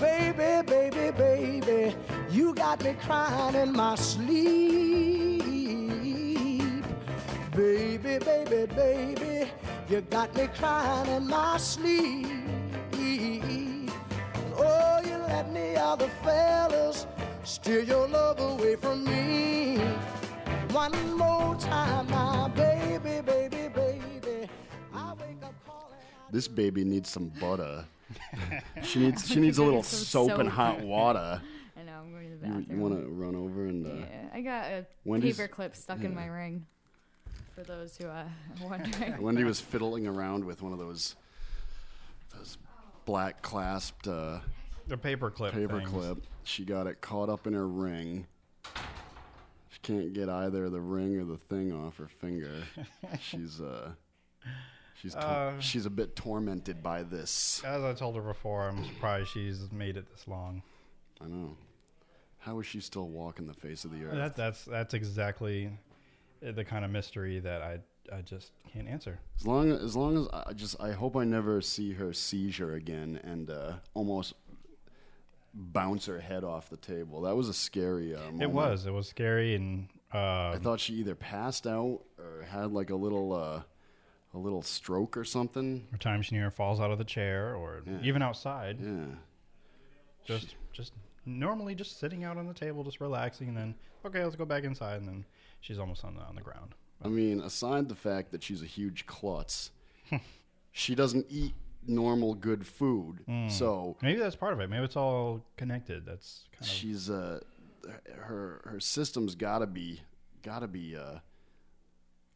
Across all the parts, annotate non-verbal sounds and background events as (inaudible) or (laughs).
Baby, baby, baby, you got me crying in my sleep. Baby, baby, baby, you got me crying in my sleep. Oh, you let me other fellas steer your love away from me. One more time, my baby, baby, baby. I wake up calling. This baby needs some (laughs) butter. she needs she needs a little Some soap, and soap. hot water. I know. I'm going to the You, bathroom. want to run over and uh, Yeah, I got a Wendy's- paper clip stuck in my ring. For those who uh, are (laughs) wondering. Wendy was fiddling around with one of those those black clasped uh, The paperclip. paper things. clip. She got it caught up in her ring. She can't get either the ring or the thing off her (laughs) finger. she's uh, she's tor- Uh. she's a bit tormented by this. As I told her before, I'm surprised she's made it this long. I know. How is she still walking the face of the earth? That, that's that's exactly the kind of mystery that I I just can't answer. As long as long as I I just I hope I never see her seizure again and uh, almost bounce her head off the table. That was a scary uh, moment. It was it was scary and uh, I thought she either passed out or had like a little uh, a little stroke or something. or time she near falls out of the chair or even outside. Yeah. Just just normally just sitting out on the table, just relaxing, and then okay, let's go back inside, and then she's almost on the on the ground. I mean, aside the fact that she's a huge klutz, she doesn't eat normal good food. So Maybe that's part of it. Maybe it's all connected. That's kind of she's uh her her system's gotta be gotta be uh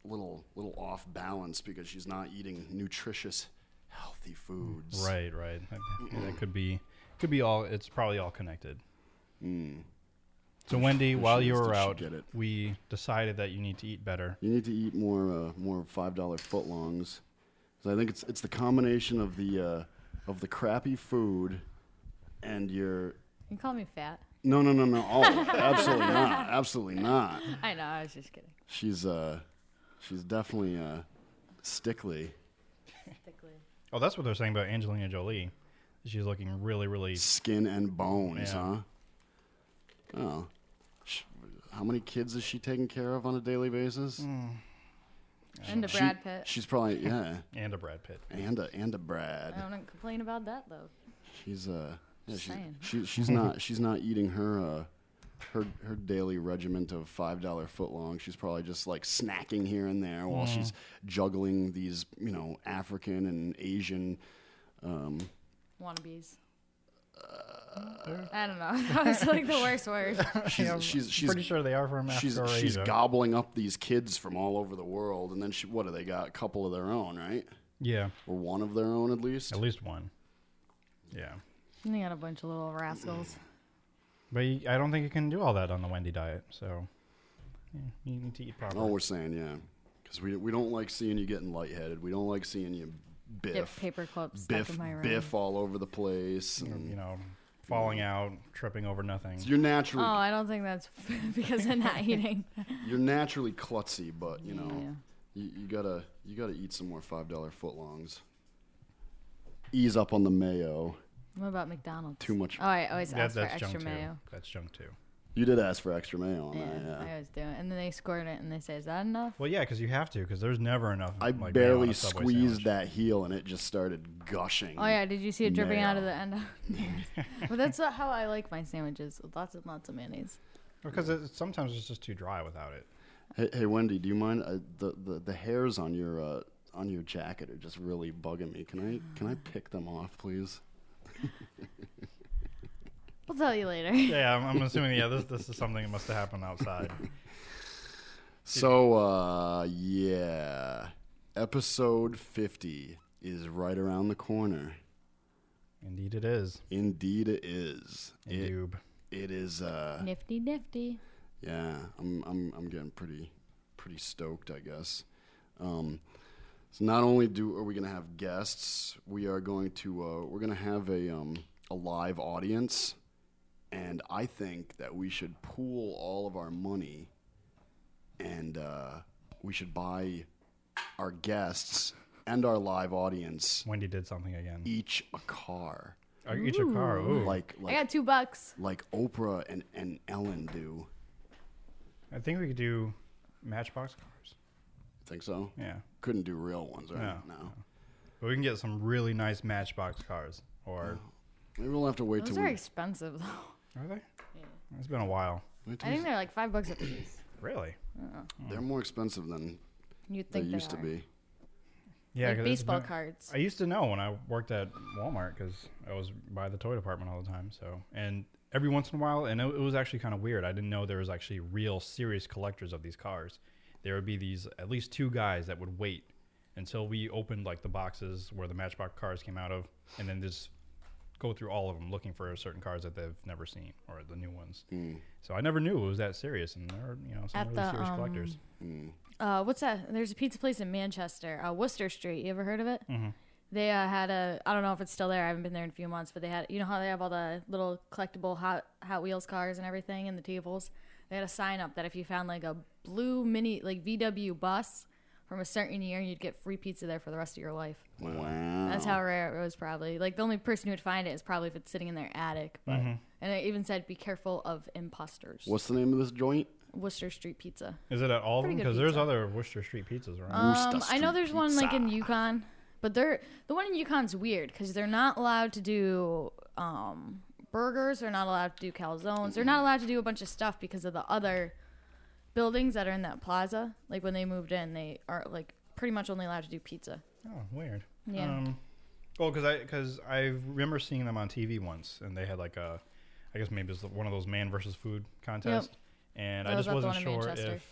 little little off balance because she's not eating nutritious healthy foods Right, right. That- That could be could be all. It's probably all connected. So Wendy, while you is- did were Mm. she out, get it? we decided that you need to eat better. you need to eat more uh more five dollar footlongs so i think it's it's the combination of the uh of the crappy food and your You call me fat. no no no no oh (laughs) absolutely not absolutely not I know. I was just kidding. she's uh she's definitely uh stickly Oh, that's what they're saying about Angelina Jolie. She's looking really, really. skin and bones, Yeah. huh? Oh, Sh- how many kids is she taking care of on a daily basis? And to Mm. She- Brad Pitt. She's probably yeah, And a Brad Pitt. and a and a Brad. I don't complain about that though. She's uh, yeah, she's, saying. she, she's (laughs) not she's not eating her uh, her her daily regiment of five dollar footlongs. She's probably just like snacking here and there while Mm. she's juggling these you know African and (laughs) Asian. Wannabes. Uh, I don't know. (laughs) That was like the (laughs) worst word. She's she's she's Pretty sure they are from she's Africa or she's Asia. gobbling up these kids from all over the world, and then she, what do they got? A couple of their own, right? yeah, Or one of their own, at least. at least one. Yeah, They got a bunch of little rascals. but you, I don't think you can do all that on the Wendy diet. So yeah, you need to eat proper. All Oh, we're saying, yeah, because we we don't like seeing you getting lightheaded. We don't like seeing you Get biff, paper clips stuck biff, in my room. biff all over the place. And you know, falling out, tripping over nothing. you're naturally Oh, I don't think that's (laughs) because I'm not (laughs) eating. you're naturally klutzy, but you know Yeah. you, you gotta you gotta eat some more five dollar footlongs. Ease up on the mayo. What about McDonald's? Too much. Oh, I always That, ask for that's extra junk mayo. too. That's junk too. You did ask for extra mayo on Yeah, that. Oh, Yeah. I always do. And then they squirt it and they say, "Is that enough?" Well, yeah, because you have to, because there's never enough. I like, mayo on barely a Subway squeezed sandwich. that heel and it just started gushing. Oh yeah, did you see it dripping out of (laughs) Mayo. the end? (laughs) but that's not how I like my sandwiches. with Lots and lots of mayonnaise. Because it, sometimes it's just too dry without it. Hey, hey Wendy, do you mind? Uh, the, the the hairs on your uh, on your jacket are just really bugging me. Can I can I pick them off, please? We'll tell you later. Yeah, I'm, I'm assuming. Yeah, this this is something that must have happened outside. (laughs) So uh, yeah, episode fifty is right around the corner. Indeed, it is. Indeed, it is. It, Noob. it is. Uh, (laughs) Nifty, nifty. yeah, I'm I'm I'm getting pretty pretty stoked, I guess. Um, so not only do are we gonna have guests, we are going to uh, we're gonna have a um, a live audience, and I think that we should pool all of our money and and uh, we should buy our guests and our live audience Wendy did something again. each a car, Oh, each a car. Ooh. like I like got two bucks. like Oprah and, and Ellen do. I think we could do Matchbox cars. Think so? Yeah, Couldn't do real ones, right? No, but we can get some really nice Matchbox cars. Or Maybe we'll have to wait Those till are we, expensive though. are they? It's been a while. wait till I we- think they're like five bucks a piece. Really? Mm. they're more expensive than You'd they think used are. to be. Yeah, like 'cause it's baseball been- cards. I used to know when I worked at Walmart because I was by the toy department all the time. So, and every once in a while, and it, it was actually kind of weird. I didn't know there was actually real serious collectors of these cars. There would be these at least two guys that would wait until we opened like the boxes where the Matchbox cars came out of, and then just go through all of them looking for certain cars that they've never seen or the new ones. So I never knew it was that serious, and there are you know some At really the, serious um, collectors. uh, what's that? There's a pizza place in Manchester, uh, Worcester Street. You ever heard of it? They uh, had a. I don't know if it's still there. I haven't been there in a few months, but they had. You know how they have all the little collectible Hot Hot Wheels cars and everything, and the tables. They had a sign up that if you found like a blue mini, like VW bus from a certain year, you'd get free pizza there for the rest of your life. Wow. That's how rare it was, probably. Like the only person who would find it is probably if it's sitting in their attic. But and it even said, "Be careful of imposters." What's the name of this joint? Worcester Street Pizza. Is it at all of them? Pretty good Because there's pizza. other Worcester Street pizzas around. Worcester Um, I know Street there's one like in Pizza. Yukon, but they're the one in Yukon's weird because they're not allowed to do um, burgers. They're not allowed to do calzones. They're not allowed to do a bunch of stuff because of the other buildings that are in that plaza. Like when they moved in, they are like pretty much only allowed to do pizza. Oh, weird. Yeah. Um, well, because I because I remember seeing them on TV once, and they had like a, I guess maybe it's one of those man versus food contests, and I That was just at the wasn't one in sure Manchester. if,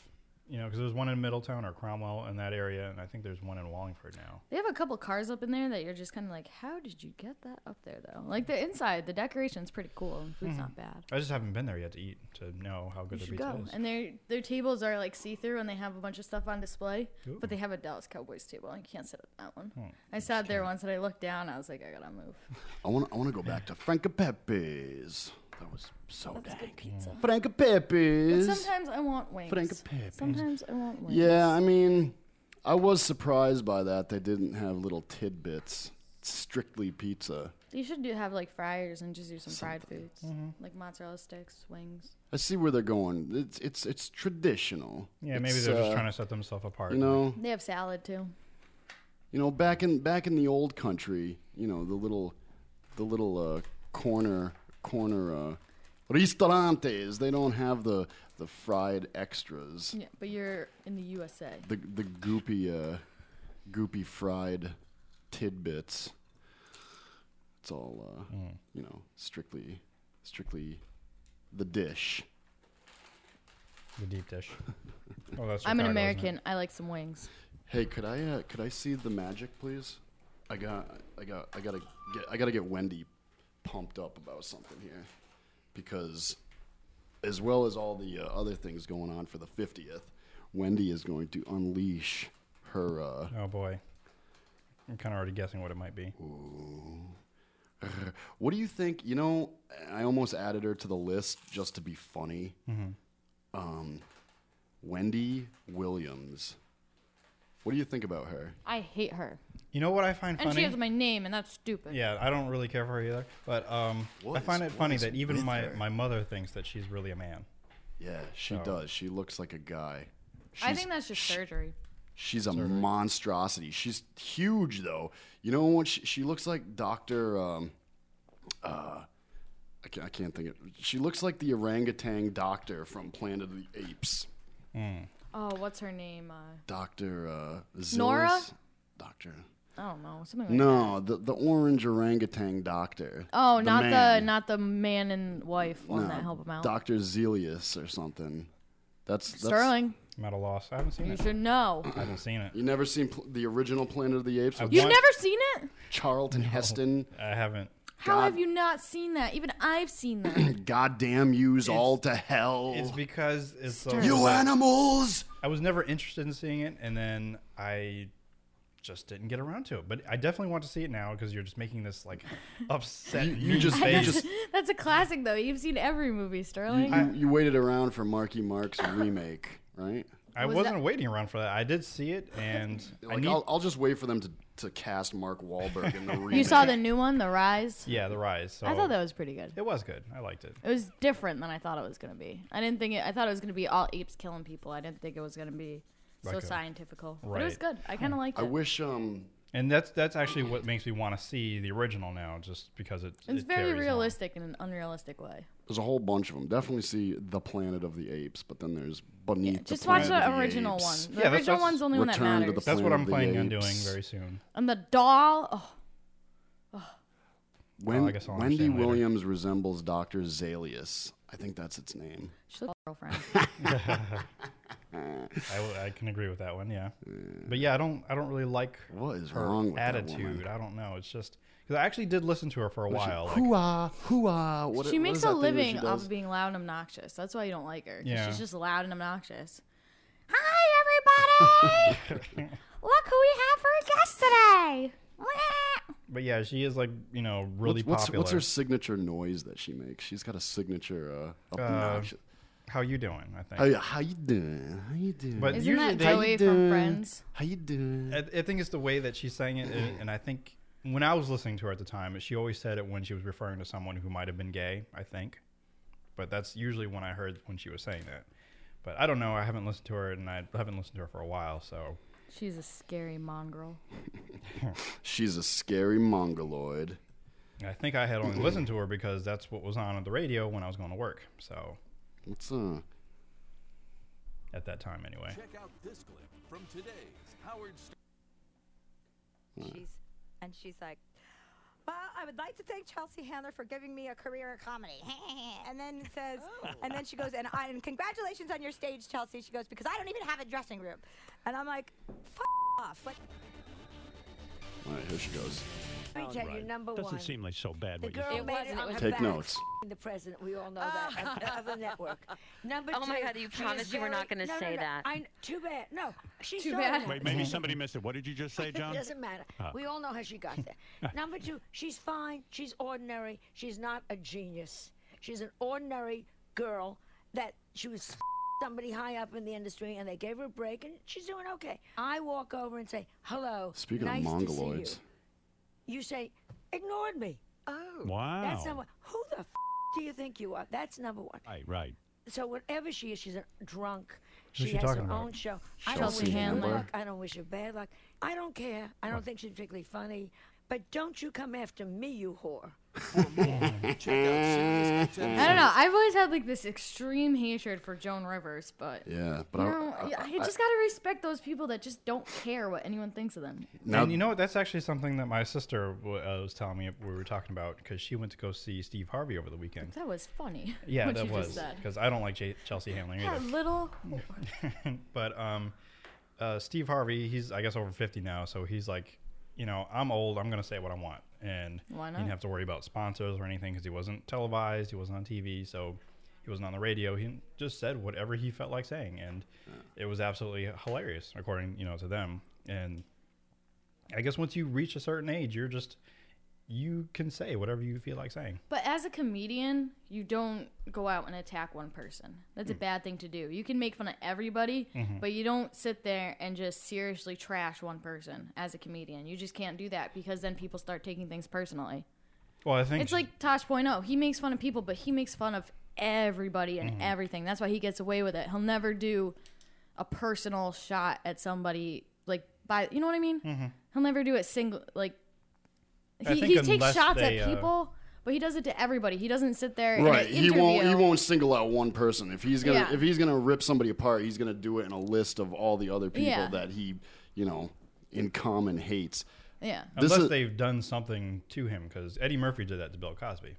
you know, because there's one in Middletown or Cromwell in that area, and I think there's one in Wallingford now. They have a couple cars up in there that you're just kind of like, how did you get that up there though? Like the inside, the decoration's pretty cool and food's not bad. I just haven't been there yet to eat to know how good You their should pizza go. is. And their their tables are like see through, and they have a bunch of stuff on display. But they have a Dallas Cowboys table, and you can't sit at that one. I sat there once, and I looked down. I was like, I gotta move. I want to I wanna go back to Frankapeppe's. That was so That's dang. good pizza. But Frankapeppe's. sometimes I want wings. Frankapeppe's. Sometimes I want wings. Yeah, I mean, I was surprised by that. They didn't have little tidbits. Strictly pizza. You should do have like fryers and just do some fried foods, like mozzarella sticks, wings. I see where they're going. It's it's it's traditional. yeah, maybe It's, they're just uh, trying to set themselves apart. You know, They have salad too. you know, back in back in the old country, you know, the little the little uh, corner corner uh, restaurantes. They don't have the the fried extras. Yeah, but you're in the USA. the the goopy uh, goopy fried tidbits. It's all uh, you know, strictly strictly the dish. the deep dish. Oh, that's I'm an Chicago, isn't it? American. I like some wings. Hey, could I uh, could I see the magic, please? I got I got I gotta get I gotta get Wendy pumped up about something here, because as well as all the uh, other things going on for the fiftieth, Wendy is going to unleash her uh, Oh boy, I'm kind of already guessing what it might be. What do you think? You know, I almost added her to the list just to be funny. Um, Wendy Williams. What do you think about her? I hate her, You know what I find and funny? she has my name, and that's stupid. Yeah, I don't really care for her either. But um, What I is- find it what funny is that even with my, her? my mother thinks that she's really a man. Yeah, she does. She looks like a guy. I She's- think that's just sh- surgery. She's a monstrosity. She's huge though. You know what? She, she looks like Doctor. Um, uh, I can't, I can't think of. She looks like the orangutan doctor from Planet of the Apes. Oh, what's her name? Uh, Doctor uh, Nora? Zillus- Doctor. I don't know, something like that. No, the the orange orangutan doctor. Oh, not man. the not the man and wife one that help him out. Doctor Zelius or something. That's, that's Sterling, I'm at a loss. I haven't seen you it. should (clears throat) know. I haven't seen it. You never seen pl- the original Planet of the Apes with You've What? never seen it? Charlton Heston? I haven't. How have you not seen that? Even I've seen (clears throat) that. Goddamn yous all to hell. It's because it's uh, Stern. you animals! I was never interested in seeing it, and then I just didn't get around to it. But I definitely want to see it now because you're just making (laughs) this like upset. You- you mean just- you face. (laughs) just- That's a classic, though. You've seen every movie, Sterling. You, you waited around for Marky Mark's remake, right? I Was wasn't that- waiting around for that. I did (laughs) see it, and I Like, need, I'll, I'll just wait for them to, to cast Mark (laughs) Wahlberg in the remake. You saw the new one, The Rise. yeah, the rise. So I thought that was pretty good. it was good. I liked it. It was different than I thought it was gonna be. I didn't think it. I thought it was gonna be all apes killing people. I didn't think it was gonna be so Like a- scientifical. But it was Right. good. I kind of liked I it. wish um And that's that's actually what makes me want to see the original now, just because it, it's it very carries on. realistic in an unrealistic way. there's a whole bunch of them. Definitely see the Planet of the Apes, but then there's Beneath. the Just watch Planet the of original Apes. one. The Yeah, that's- original that's- one's the only one that Return to the matters. That's what Planet I'm of the planning on doing Apes. very soon. and the doll. Oh, When, Well, Oh, I guess I'll Wendy understand later. Williams resembles Dr. Zalius. I think that's its name. she looks like a girlfriend. I, w- I can agree with that one. Yeah, but yeah, I don't I don't really like What is her Uh, wrong with that woman? attitude. I don't know. It's just because I actually did listen to her for a while. like- Hooah, hooah. (laughs) What, she what makes is a that thing that she living off does? of being loud and obnoxious. That's why you don't like her. 'cause Yeah. She's just loud and obnoxious. Hi, everybody! (laughs) Look who we have for a guest today! Wah! but yeah, she is like you know really what's, popular. What's her signature noise that she makes? She's got a signature uh, obnoxious. How you doing? I think. Hey, Oh, how you doing? How you doing? But- Isn't Usually that they- How Joey you from doing? Friends? how you doing? I, I think it's the way that she sang it, and, and I think when I was listening to her at the time, she always said it when she was referring to someone who might have been gay. I think, but that's usually when I heard when she was saying that. But I don't know. I haven't listened to her, and I haven't listened to her for a while. So She's a scary mongrel. She's a scary mongoloid. I think I had only listened to her because that's what was on on the radio when I was going to work. So What's uh? at that time, anyway. Check out this clip from today's Howard Stern. She's and she's like, "Well, I would like to thank Chelsea Handler for giving me a career in comedy." (laughs) and then it says, and then she goes, "And I and congratulations on your stage, Chelsea." She goes, "Because I don't even have a dressing room," and I'm like, "F- off!" Like, All right, here she goes. Rita, you're number Doesn't one. seem like so bad. the What you girl said. It made wasn't, it it on was her Take back, notes. The president, we all know that of, of the network. Number Oh two, my God, you she is promised you were not very- gonna no, no, say no, that. I kn- too bad. No, she's Too so bad. nice. Wait, (laughs) maybe somebody missed it. What did you just say, John? Ah. It doesn't matter. We all know how she got (laughs) there. Number two, she's fine. She's ordinary. She's not a genius. She's an ordinary girl that she was somebody high up in the industry, and they gave her a break, and she's doing okay. I walk over and say, "Hello, Speaking nice of to see mongoloids, you." You say, "Ignored me." Oh, Wow. That's number. Who the f- do you think you are? That's number one. Right, right. So whatever she is, she's a drunk. Who's she has talking her about? own show. I don't Chelsea wish her Handler. good luck. I don't wish her bad luck. I don't care. I don't think she's particularly funny. But don't you come after me, you whore. Check out SiriusXM. I don't know. I've always had like this extreme hatred for Joan Rivers, but Yeah, but you I- know, I, I just gotta respect those people that just don't care what anyone thinks of them. Now- and you know what? That's actually something that my sister w- uh, was telling me we were talking about because she went to go see Steve Harvey over the weekend. That was funny. (laughs) Yeah, what that you was Just said. because I don't like J- Chelsea Handler That either. little. but um, uh, Steve Harvey, he's I guess over fifty now, so he's like, you know, I'm old. I'm gonna say what I want, and Why he not? didn't have to worry about sponsors or anything because he wasn't televised, he wasn't on TV, so he wasn't on the radio. He just said whatever he felt like saying, and it was absolutely hilarious, according you know to them. And I guess once you reach a certain age, you're just you can say whatever you feel like saying. But as a comedian, you don't go out and attack one person. That's a bad thing to do. You can make fun of everybody, but you don't sit there and just seriously trash one person as a comedian. You just can't do that because then people start taking things personally. Well, I think It's like Tosh Point oh, He makes fun of people, but he makes fun of everybody and Mm-hmm. everything. That's why he gets away with it. He'll never do a personal shot at somebody like by you know what I mean? He'll never do it single like Mm-hmm. I he, think he takes unless shots they, at uh, people, but he does it to everybody. He doesn't sit there in an right? He interview. won't. He won't single out one person. If he's gonna, Yeah. if he's gonna rip somebody apart, he's gonna do it in a list of all the other people Yeah. that he, you know, in common hates. Yeah. This unless is- they've done something to him because Eddie Murphy did that to Bill Cosby.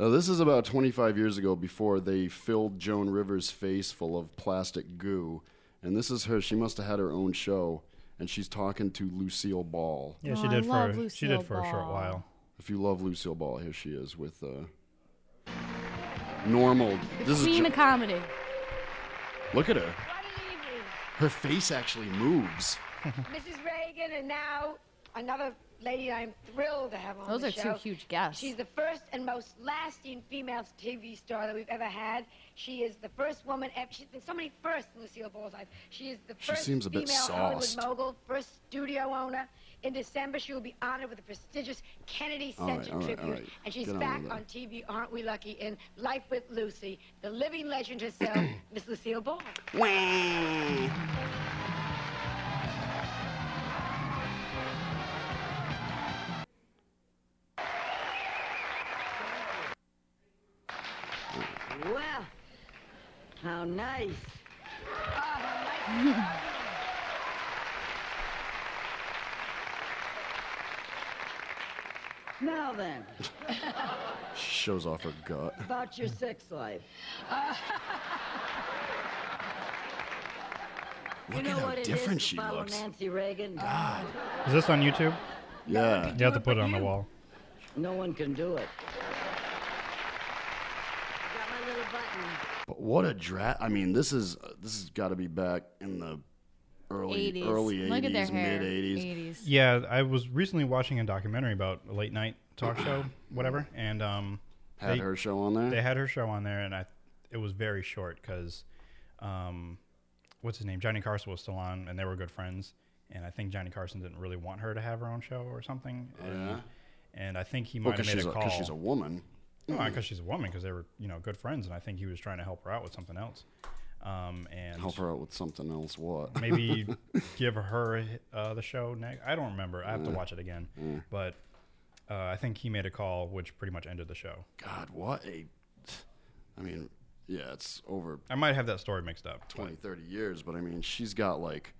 Now, this is about 25 years ago before they filled Joan Rivers' face full of plastic goo. And this is her. She must have had her own show. And she's talking to Lucille Ball. Oh, Yeah, she I did love for she Lucille did for a short Ball. while. If you love Lucille Ball, here she is with uh, normal. This is Queen Jo- of comedy. look at her. Good Her face actually moves. evening, Mrs. Reagan, and now another lady I am thrilled to have on Those the are two show. huge guests. She's the first and most lasting female TV star that we've ever had. She is the first woman. Ever, she's been so many firsts in Lucille Ball's life. She is the She first seems a female bit sauced. Hollywood mogul, first studio owner. In December, she will be honored with a prestigious Kennedy All right, Center all right, all tribute, right. and she's Get on back with it. on TV. Aren't we lucky? In Life with Lucy, the living (clears throat) legend herself, Miss Lucille Ball. Well, how nice. Oh, how nice. (laughs) Now then, Shows off her gut. about (laughs) your sex life. Look you know at how what it is different to she follow looks. Ah. Nancy Reagan? Is this on YouTube? Yeah. You have to put it on the wall. No one can do it. Got my little button. But what a draft! I mean, this is this has got to be back in the early 80s. early Look at their eighties, hair. mid eighties. 80s. Yeah, I was recently watching a documentary about a late night talk (coughs) show, whatever, and um, Had they, her show on there. Oh, they had her show on there, and I it was very short because, um, what's his name? Johnny Carson was still on, and they were good friends. And I think Johnny Carson didn't really want her to have her own show or something. and, Oh, yeah? and I think he might Well, have because made she's, a a- call 'cause she's a woman. because she's a woman, because they were you know good friends, and I think he was trying to help her out with something else. Um, and Help her out with something else. What? maybe give her uh, the show next. I don't remember. I have to watch it again. But uh, I think he made a call, which pretty much ended the show. God, what a. I mean, yeah, it's over I might have that story mixed up. 20, 30 years, but I mean, she's got like.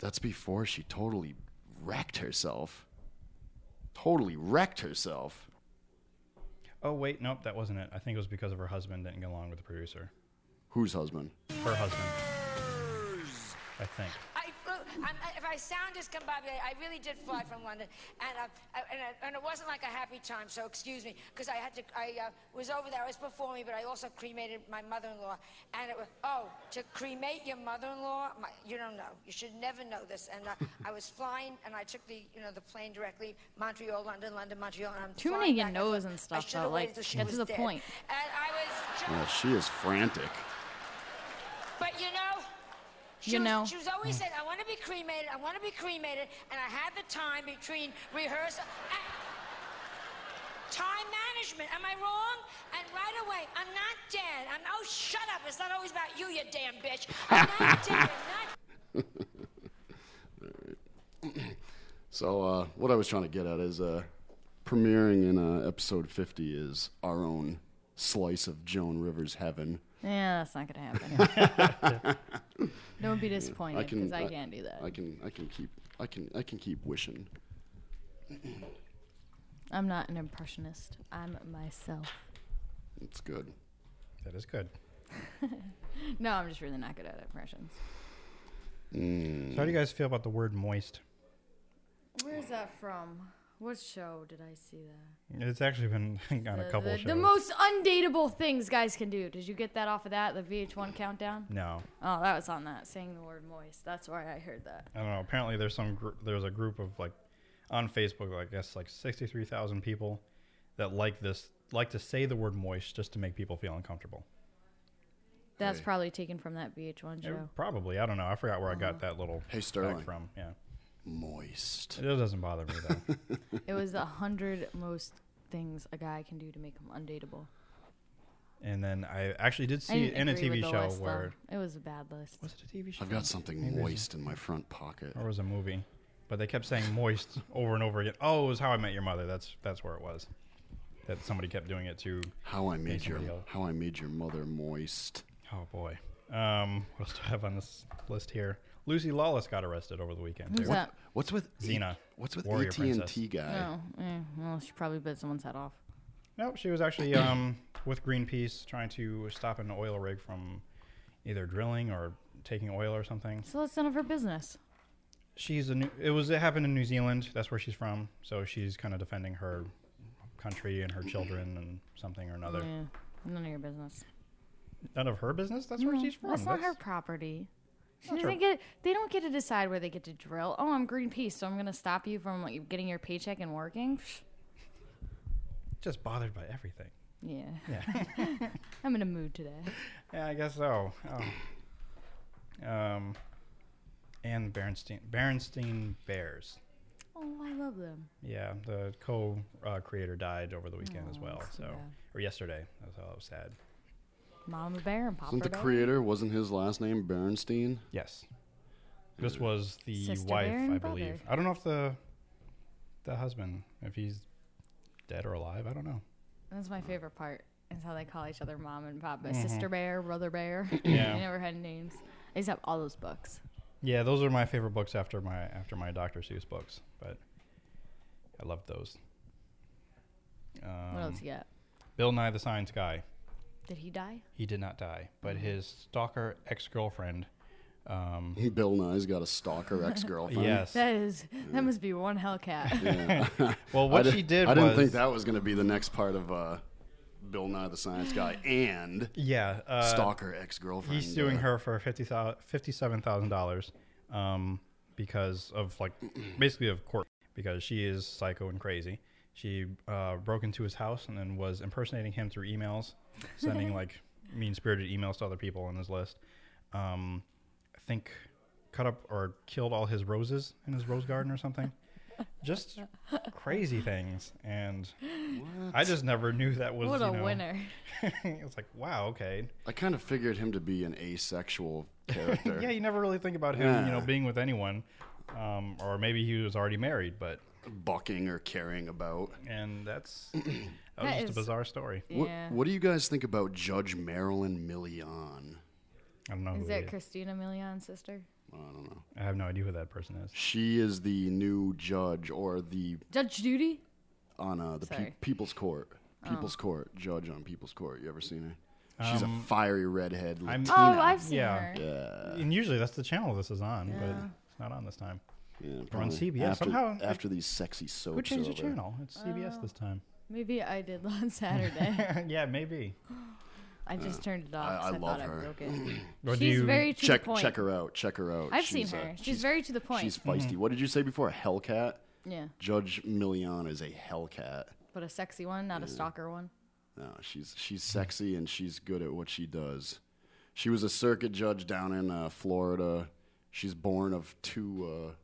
That's before she totally wrecked herself. Totally wrecked herself. Oh wait, nope, that wasn't it. I think it was because of her husband didn't get along with the producer. Whose husband? Her husband. I think. I flew. I'm, I- if I sound discombobulated, I really did fly from London, and uh, I, and, I, and it wasn't like a happy time. So excuse me, because I had to. I uh, was over there. I was performing, but I also cremated my mother-in-law, and it was oh to cremate your mother-in-law. My, you don't know. You should never know this. And uh, I was flying, and I took the you know the plane directly Montreal, London, London, Montreal. And I'm Too many flying you back. I knows thought, and I stuff, should've though, waited like, till she get to was the dead. point. And I was just, Yeah, she is frantic. but you know. She You was, know. She was always saying, I want to be cremated, I want to be cremated, and I had the time between rehearsal. and time management, am I wrong? And right away, I'm not dead. I'm, oh, shut up. It's not always about you, you damn bitch. I'm not dead. I'm not So, uh, what I was trying to get at is uh, premiering in uh, episode 50 is our own slice of Joan Rivers' heaven. Yeah, that's not gonna happen. (laughs) Don't be disappointed can- because I, I- can't do that. I can, I can keep, I can, I can keep wishing. I'm not an impressionist. I'm myself. It's good. That is good. No, I'm just really not good at impressions. So how do you guys feel about the word moist? Where's that from? What show did I see that? It's actually been (laughs) on a couple the, shows. the most undateable things guys can do. Did you get that off of that? The VH1 countdown? no, Oh, that was on that. Saying the word moist. That's why I heard that. I don't know. Apparently, there's some gr- there's a group of like on Facebook, I guess like sixty three thousand people that like this like to say the word moist just to make people feel uncomfortable. That's probably taken from that VH1 Yeah, show. Probably, I don't know. I forgot where I Uh-huh. got that little Hey, fact Sterling. from. Yeah, Moist. it doesn't bother me (laughs) though. It was the hundred most things a guy can do to make him undateable. and then I actually did I see it didn't in a agree with TV the show list, though. where it was a bad list. was it a TV show? I've got something moist in my front pocket. Or was it a movie? But they kept saying moist over and over again. Oh, it was How I Met Your Mother. That's that's where it was. That somebody kept doing it to. How I made your, somebody else. how I made your mother moist. Oh boy. Um, what else do I have on this list here? Lucy Lawless got arrested over the weekend. Who's too. that? What's with E- Xena, what's with Warrior AT and T Princess. guy? Oh, eh, well, she probably bit someone's head off. Nope, she was actually um, with Greenpeace trying to stop an oil rig from either drilling or taking oil or something. So that's none of her business. She's a new, it was it happened in New Zealand. That's where she's from. So she's kind of defending her country and her children and something or another. Yeah, none of your business. None of her business. That's where she's from. Oh, That's not her That's- property. They Sure. don't get they don't get to decide where they get to drill. Oh, I'm Greenpeace, so I'm gonna stop you from like, getting your paycheck and working. Just bothered by everything. Yeah. Yeah. (laughs) I'm in a mood today. Yeah, I guess so. Oh. Um, and Berenstein, Berenstein Bears. Oh, I love them. Yeah, the co-creator died over the weekend as Oh, well. that's too So, bad. or yesterday. That's how it was sad. Mama Bear and Papa Wasn't the Bear. creator? Wasn't his last name Bernstein? Yes. This was the Sister wife, Bear and I believe. brother. I don't know if the the husband, if he's dead or alive. I don't know. That's my favorite part. Is how they call each other mom and papa, Mhm. sister bear, brother (clears throat) bear. Yeah. they never had names. I used to have all those books. Yeah, those are my favorite books after my after my Dr. Seuss books, but I loved those. Um, What else you got? Bill Nye the Science Guy. Did he die? He did not die, but his stalker ex-girlfriend. Um, (laughs) Bill Nye's got a stalker ex-girlfriend. Yes. That is. That must be one Hellcat. Well, (laughs) I what di- she did I didn't was- think that was going to be the next part of uh, Bill Nye the Science (gasps) Guy and Yeah, uh, stalker ex-girlfriend. He's suing uh, her for fifty fifty-seven thousand dollars, um, because of like (clears throat) basically of court because she is psycho and crazy. She uh, broke into his house and then was impersonating him through (laughs) emails, sending like mean-spirited emails to other people on his list. Um, I think cut up or killed all his roses in his rose garden (laughs) or something. Just crazy things, and I just never knew that (laughs) was What a you know- winner. (laughs) it's like wow, okay, I kind of figured him to be an asexual character. (laughs) yeah, you never really think about him, you know, Yeah. being with anyone, um, or maybe he was already married. But bucking or caring about. (clears throat) and that's that was That just is- a bizarre story. Yeah. What, what do you guys think about Judge Marilyn Millian? I don't know. Who Is he that is. Christina Milian's sister? I don't know. I have no idea who that person is. She is the new judge or the Judge Judy? on uh, the Sorry. pe- People's Court. People's Court judge on People's Court. You ever seen her? She's a fiery redhead. Um, I'm- Latina. Oh, I've seen Yeah. her. And usually that's the channel this is on, but it's not on this time. Yeah, Or on probably. CBS after, somehow. it- After these sexy soaps. who changed are the over. channel? It's Oh. CBS this time. (laughs) Maybe I did (laughs) on Saturday. yeah, maybe. (laughs) I just turned it off. I- 'cause I I, love thought her. I broke (clears throat) it. Or do she's you- very to Check the point. check her out. Check her out. I've seen uh, her. She's very to the point. She's feisty. What did you say before? A Hellcat. Yeah, Judge Million is a Hellcat. but a sexy one, not a stalker one. No, she's she's sexy and she's good at what she does. She was a circuit judge down in uh, Florida. She's born of two. Uh,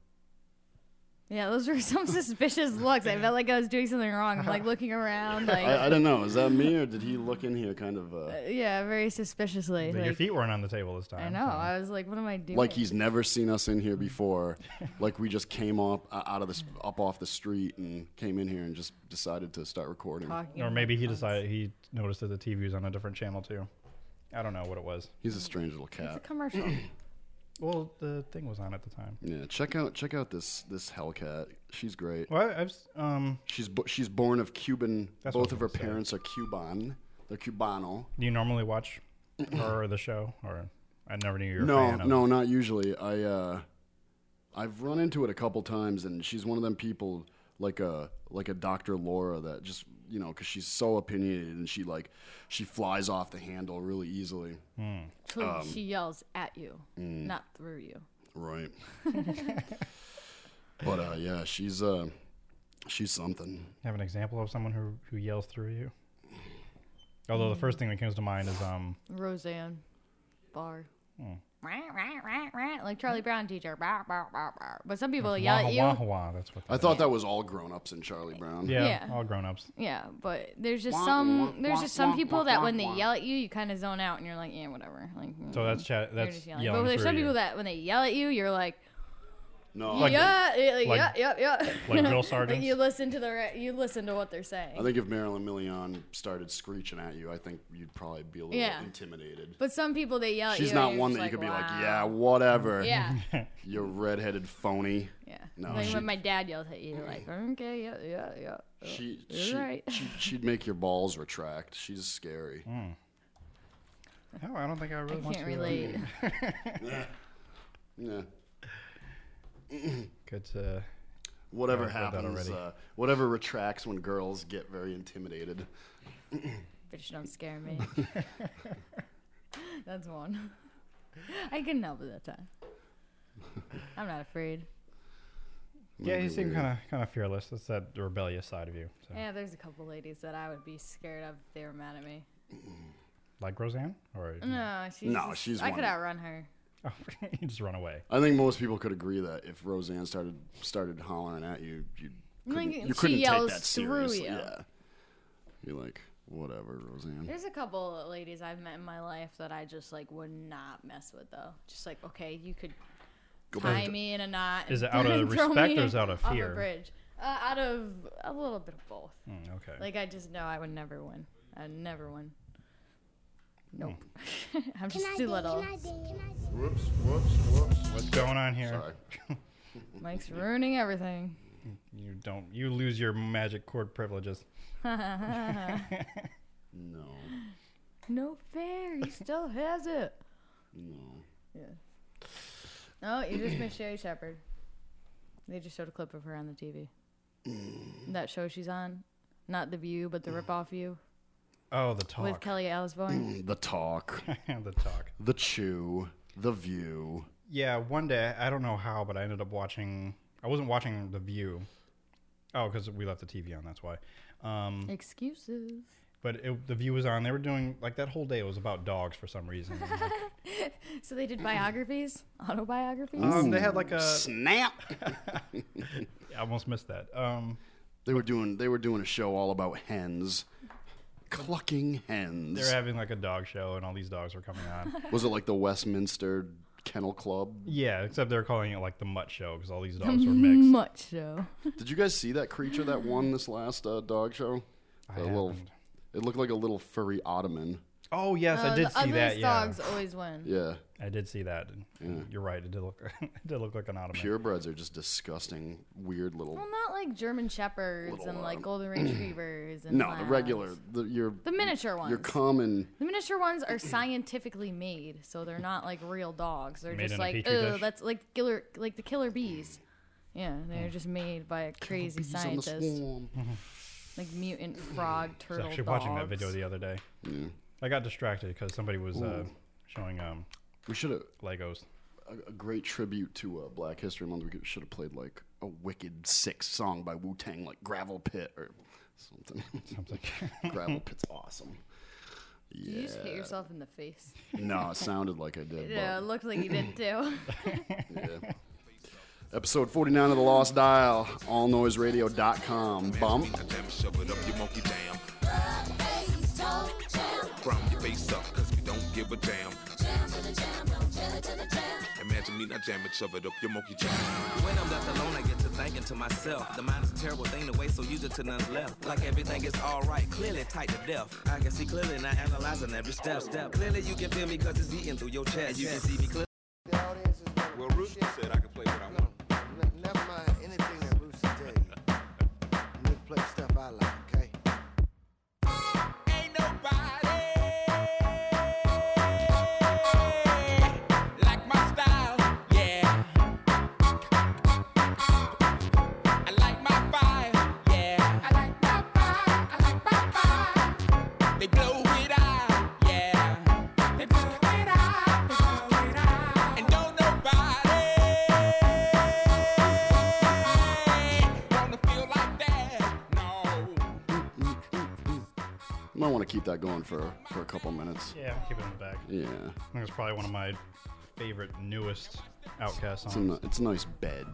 Yeah, those were (laughs) (laughs) some suspicious looks. I felt like I was doing something wrong. I'm like looking around, like uh, I, I don't know. Is that me or did he look in here kind of uh, yeah, very suspiciously. But your Like, feet weren't on the table this time. I know. I was like, what am I doing? like he's never seen us in here before? like we just came up uh, out of this up off the street and came in here and just decided to start recording. talking. Or maybe he decided he noticed that the TV was on a different channel too. I don't know what it was. He's a strange little It's a cat. commercial. (clears throat) Well, the thing was on at the time. Yeah, check out check out this this Hellcat. She's great. Well, I- I've s- um. She's bo- she's born of Cuban. That's what both of I her was gonna say. parents are Cuban. They're Cubano. Do you normally watch her or the show? Or I never knew you were a no, fan of no, not usually. I uh, I've run into it a couple times, and she's one of them people like a like a Dr. Laura that just you know because she's so opinionated and she like she flies off the handle really easily. Totally, Um, she yells at you, mm. not through you. (laughs) Right. but uh, yeah, she's uh, she's something. Have an example of someone who, who yells through you? Although the first thing that comes to mind is um Roseanne, bar. Hmm. Rah, rah, rah, rah, Like Charlie Brown teacher. Rah, rah, rah, rah. But some people yell wah, at you. wah, wah. That's what. I thought that was all grown ups in Charlie Brown. yeah, Yeah. all grown ups. Yeah, but there's just Wah, some wah, there's wah, just some wah, people wah, that wah, when they wah. yell at you, you kind of zone out and you're like, yeah, whatever. Like So mm, that's chat. they're That's just yelling. yelling. But there's through some you. people that when they yell at you, you're like, No, yeah, yeah, like- yeah, yeah, yeah. like (laughs) drill Like sergeants? you listen to the re- you listen to what they're saying. I think if Marilyn Million started screeching at you, I think you'd probably be a little Yeah. intimidated. but some people they yell at you. She's and not you're one just that you could be like, "Wow." yeah, (laughs) whatever. Yeah, (laughs) You redheaded phony. yeah. No, like she- when my dad yells at you, like, okay, yeah, yeah, yeah. yeah." She, Oh, You're she, right. she she'd make your balls retract. She's scary. Hmm. No, I don't think I (laughs) I really want can't to. relate. Yeah. Good to. Whatever I've heard that happens, already. uh, whatever retracts when girls get very intimidated. (laughs) Bitch, don't scare me. That's one. I couldn't help it that time. I'm not afraid. Yeah, you seem weird. kind of kind of fearless. That's that rebellious side of you. So. Yeah, there's a couple ladies that I would be scared of if they were mad at me. Like Roseanne, or (laughs) Oh, No, she's. No, just- she's I could one- outrun her. you just run away. I think most people could agree that if Roseanne started started hollering at you, you couldn't, Like, you she couldn't yells take that through seriously. you. Yeah, you're like whatever, Roseanne. There's a couple of ladies I've met in my life that I just like would not mess with though. Just like, okay, you could Go back tie to- me in a knot. Is and it out (laughs) of throw respect me or is it out of off a fear? bridge. Uh, out of a little bit of both. Hmm, okay. Like I just know I would never win. I would never win. Nope. Hmm. (laughs) I'm Can just I be- too little. can I be- can I- Whoops, whoops, whoops. What's going on here? Mike's ruining everything. You don't. You lose your magic cord privileges. No, no fair. (laughs) He still has it. no. Yeah. Oh, you just missed Sherry Shepard. They just showed a clip of her on the TV. Mm. that show she's on, not The View, but The Rip Off View Oh, the with talk. (laughs) Kelly Alice Mm. Bowen. the talk. the talk. The chew. The view. Yeah, one day I don't know how, but I ended up watching. I wasn't watching The View. Oh, because we left the TV on. That's why. Um, Excuses. but it, the view was on. They were doing like that whole day was about dogs for (laughs) some reason. So they did biographies, Mm. autobiographies. um, they had like a snap. I almost missed that. Um, they were doing they were doing a show all about hens, clucking hens. they were having like a dog show, and all these dogs were coming on. (laughs) Was it like the Westminster Kennel Club? yeah, except they were calling it like the Mutt Show because all these The dogs were mixed. Mutt show. Did you guys see that creature that won this last uh, dog show? I The little, it looked like a little furry ottoman. Oh yes, Uh, I did the see that. ugliest Yeah, dogs always win. Yeah, I did see that. and You're right. It did look. (laughs) it did look like an ottoman. purebreds are just disgusting, weird little. Well, not like German shepherds Little, and like um, golden retrievers and No, the labs. regular, the, your The miniature your ones. common. The miniature ones (clears throat) are scientifically made, so they're not like real dogs. They're Made just in a like, petri oh, dish? that's like killer, like the killer bees. Yeah, Hmm. they're just made by a crazy bees on the scientist, swarm. like mutant (laughs) frog I was turtle. actually watching that video the other day. I got distracted because somebody was uh, Ooh. showing um, We should have Legos. a, a great tribute to uh, Black History Month. We should have played like a Wicked Six song by Wu Tang, like Gravel Pit or something. Something. (laughs) Gravel Pit's awesome. Yeah. Did you just hit yourself in the face? No, it sounded like I did. yeah, it but- looked like you did (laughs) too. yeah. Episode 49 of The Lost Dial, allnoiseradio.com. Bump. Shove it up your monkey jam. Ground your face up, cause we don't give a damn. Imagine me not jamming, shove it up your monkey jam. When I'm left alone, I get to thinking to myself. The mind is a terrible thing to waste, so use it to none's left. Like everything is alright, clearly tight to death. I can see clearly, not analyzing every step. step. Clearly, you can feel me, cause it's eating through your chest. And you can see me clearly. Well, Rooster said I could play what I want. Never mind anything that Rooster tell you. You play stuff I like, okay? Ain't nobody like my style, yeah. I like my fire, yeah. I like my fire, I like my fire. They blow it out, yeah. They blow it out, they blow it out. And don't nobody wanna feel like that, no. You might want to keep that going for, for a couple minutes. Yeah, I'm keeping it in the back. Yeah. I think it's probably one of my favorite newest Outcast It's a, songs. ni- it's a nice bed.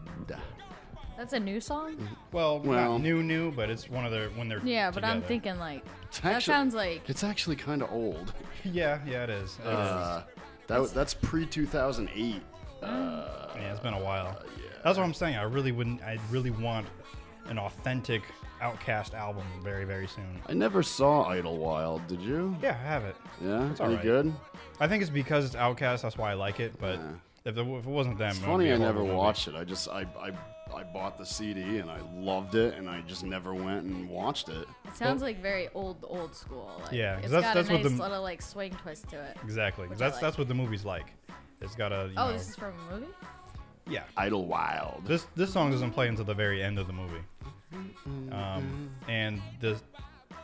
That's a new song. Mm-hmm. Well, Well- not new, new, but it's one of their when they're. Yeah, but I'm together. thinking like It's that actually- sounds like It's actually kind of old. Yeah, yeah, it is. It Uh, that, was- that's pre 2008. is. yeah, it's been a while. uh, That's what I'm saying. I really wouldn't. I really want an authentic Outcast album very, very soon. I never saw Idlewild, did you? Yeah, I have it. Yeah, It's any alright. good? I think it's because it's Outcast. That's why I like it. But if, it, if it wasn't them, It's it would be funny a I never horrible movie. watched it. I just I, I I bought the CD and I loved it and I just never went and watched it. it sounds like very old old school. Like, Yeah, 'cause it's that's- got that's a what nice the- little like swing twist to it. Exactly. which I That's like. that's what the movie's like. It's got a. you Oh, know, this is from a movie. yeah. Idlewild. This this song doesn't play until the very end of the movie, um, and the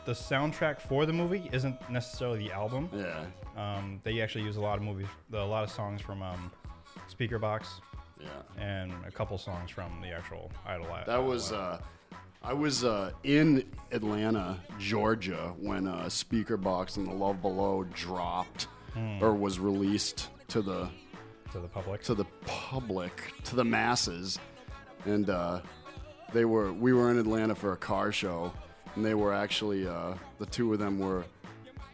the soundtrack for the movie isn't necessarily the album. Yeah. Um, they actually use a lot of movies, a lot of songs from um, Speaker Box. Yeah. And a couple songs from the actual Idol. That was uh, I was uh, in Atlanta, Georgia, when uh, Speaker Box and The Love Below dropped Hmm. or was released to the to the public to the public to the masses, and uh, they were we were in Atlanta for a car show, and they were actually uh, the two of them were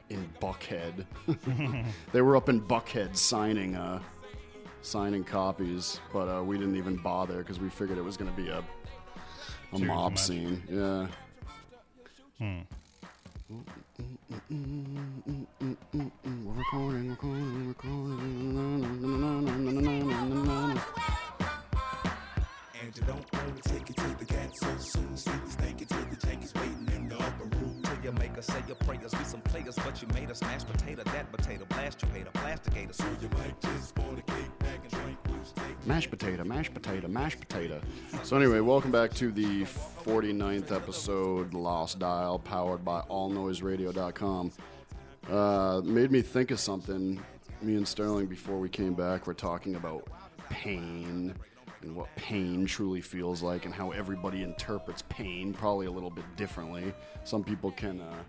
in Buckhead. (laughs) they were up in Buckhead signing uh, signing copies, but uh, we didn't even bother because we figured it was going to be a a Too mob much. scene. Yeah. Hmm. We're recording, recording, recording. And you don't wanna take it to the cat so soon. See you thinking till the Yankees waiting in the upper room. Till you make us say your prayers, be some players, but you made us mashed potato, that potato, blast you hater, plasticator. So you might just fornicate back and drink blue steak. Mashed potato, mashed potato, mashed potato. So, anyway, welcome back to the 49th episode, Lost Dial, powered by allnoiseradio.com. Uh, made me think of something. Me and Sterling, before we came back, were talking about pain and what pain truly feels like and how everybody interprets pain probably a little bit differently. Some people can. Uh,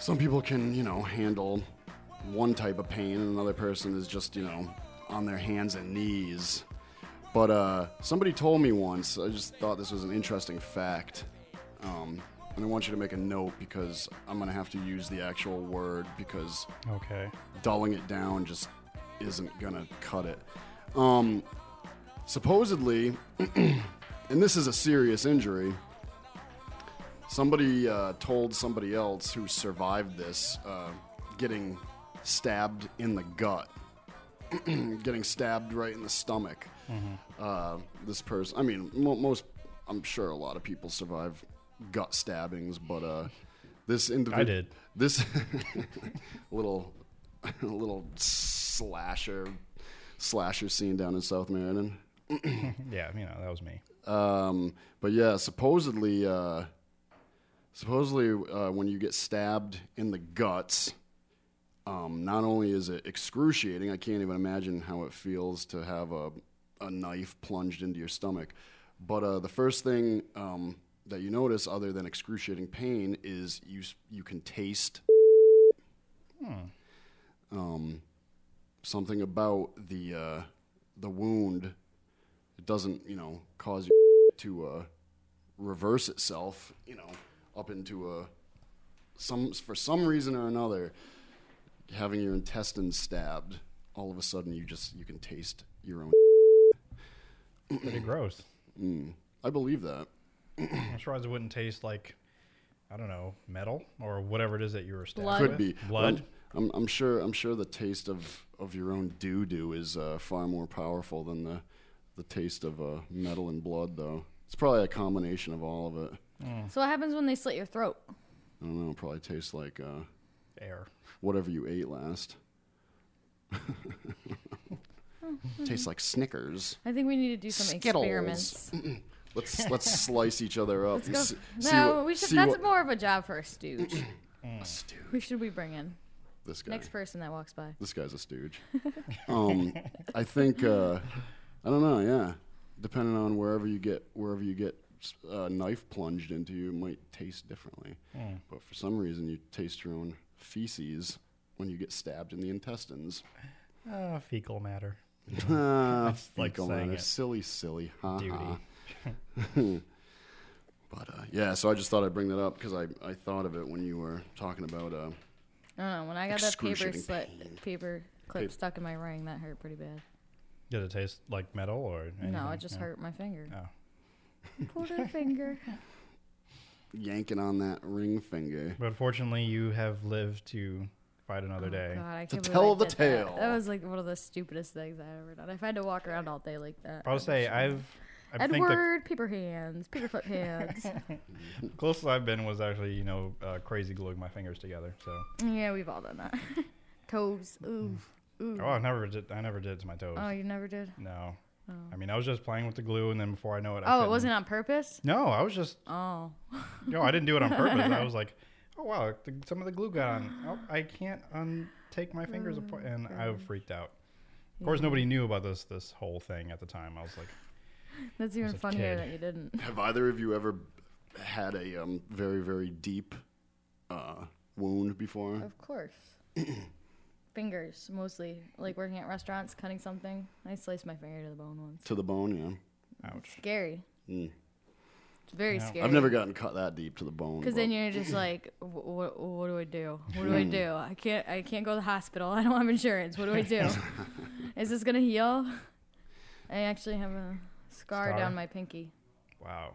some people can, you know, handle one type of pain, and another person is just, you know, on their hands and knees. But uh, somebody told me once, I just thought this was an interesting fact. Um, and I want you to make a note because I'm going to have to use the actual word because Okay. (laughs) dulling it down just isn't going to cut it. Um, supposedly, and this is a serious injury. Somebody uh, told somebody else who survived this uh, getting stabbed in the gut, (clears throat) getting stabbed right in the stomach. Mhm. Uh, this person, I mean, mo- most, I'm sure a lot of people survive gut stabbings, but uh, this individual, did. This (laughs) little, (laughs) little slasher, slasher scene down in South Meriden. yeah, you know that was me. Um, but yeah, supposedly, uh, supposedly, uh, when you get stabbed in the guts, um, not only is it excruciating, I can't even imagine how it feels to have a, a knife plunged into your stomach. But uh, the first thing um, that you notice, other than excruciating pain, is you s- you can taste Hmm. um, something about the uh, the wound. It doesn't, you know, cause you to uh, reverse itself, you know, up into a some for some reason or another. Having your intestines stabbed, all of a sudden you just you can taste your own. Pretty gross. Mm, I believe that. I'm surprised it wouldn't taste like, I don't know, metal or whatever it is that you were stabbed Could with. be blood. I'm, I'm, I'm sure. I'm sure the taste of, of your own doo doo is uh, far more powerful than the the taste of uh, metal and blood, though. It's probably a combination of all of it. Mm. So what happens when they slit your throat? I don't know. It probably tastes like uh, air. Whatever you ate (laughs) last tastes like Snickers. I think we need to do some Skittles. experiments. (laughs) Let's let's slice each other up. Let's go. s- see no, what- we should. see That's what- more of a job for a (clears throat) stooge. Mm. A stooge. Who should we bring in? This guy. Next person that walks by. This guy's (laughs) a stooge. um, I think uh, I don't know. Yeah, depending on wherever you get wherever you get uh, knife plunged into you, it might taste differently. Hmm. Mm. But for some reason, you taste your own feces when you get stabbed in the intestines. Uh, fecal matter. Ah, I just like fecal saying matter. it. Silly, silly. Ha Duty. ha. (laughs) but uh, yeah, so I just thought I'd bring that up because I, I thought of it when you were talking about uh, I don't know. When I got that paper Excruciating slit, paper clip Paper. stuck in my ring, that hurt pretty bad. Did it taste like metal or? Anything? No, it just Yeah. hurt my finger. Oh. Pulled her (laughs) (laughs) finger. yanking on that ring finger. But fortunately, you have lived to fight another day. Oh, God, I To can't believe tell I the did that. tale. That. was like one of the stupidest things I've ever done. If I had to walk around all day like that, I'll say I've. I think the Edward, paper hands, paper foot (laughs) hands. closest I've been was actually, you know, uh, crazy gluing my fingers together. So. yeah, we've all done that. (laughs) Toes, ooh, ooh. Oh, I never did. I never did it to my toes. Oh, you never did? No. Oh. I mean, I was just playing with the glue, and then before I know it, I Oh, it couldn't- wasn't on purpose. No, I was just. Oh. (laughs) No, I didn't do it on purpose. I was like, oh wow, the, some of the glue got on. (gasps) Oh, I can't untake my fingers apart, and I freaked out. Of course, Oh, Yeah. nobody knew about this this whole thing at the time. I was like, That's even a funnier kid. that you didn't. (coughs) Have either of you ever had a um, very, very deep uh, wound before? Of course. (coughs) Fingers mostly, like working at restaurants, cutting something. I sliced my finger to the bone once. To the bone, yeah. Scary. Mm. It's very scary. I've never gotten cut that deep to the bone. Because but- then you're (laughs) just like, what, what do I do? What do I Hmm. do? I can't. I can't go to the hospital. (laughs) I don't have insurance. What do I (laughs) do? Is this gonna heal? I actually have a scar, Scar? down my pinky. wow.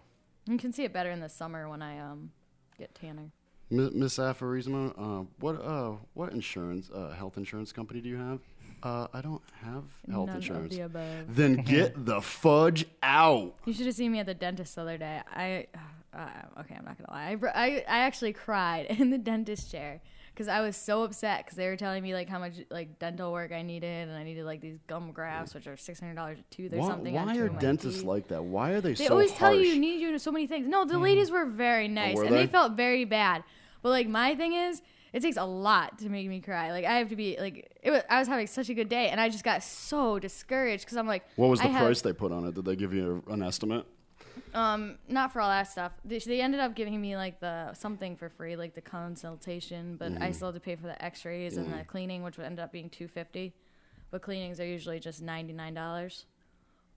You can see it better in the summer when I um get tanner. M- Miss Aphorisma, uh, what uh, what insurance, uh, health insurance company do you have? Uh, I don't have health None of insurance. the above. Then get the fudge out. You should have seen me at the dentist the other day. I uh, okay, I'm not gonna lie. I, br- I, I actually cried (laughs) in the dentist chair because I was so upset because they were telling me like how much like dental work I needed and I needed like these gum grafts which are six hundred dollars a tooth or Why, something. on why two are of my dentists teeth. like that? Why are they, They so always harsh? Hmm. Oh, tell you you need you to so many things. No, the ladies were very nice were and they they? felt very bad. But like my thing is, it takes a lot to make me cry. Like I have to be like it was, I was having such a good day and I just got so discouraged because I'm like, What was the I have- price they put on it? Did they give you a, an estimate? um, not for all that stuff. They, they ended up giving me like the something for free, like the consultation, but I Mhm. still had to pay for the X-rays and the Mhm. cleaning, which would end up being two fifty. But cleanings are usually just ninety nine dollars.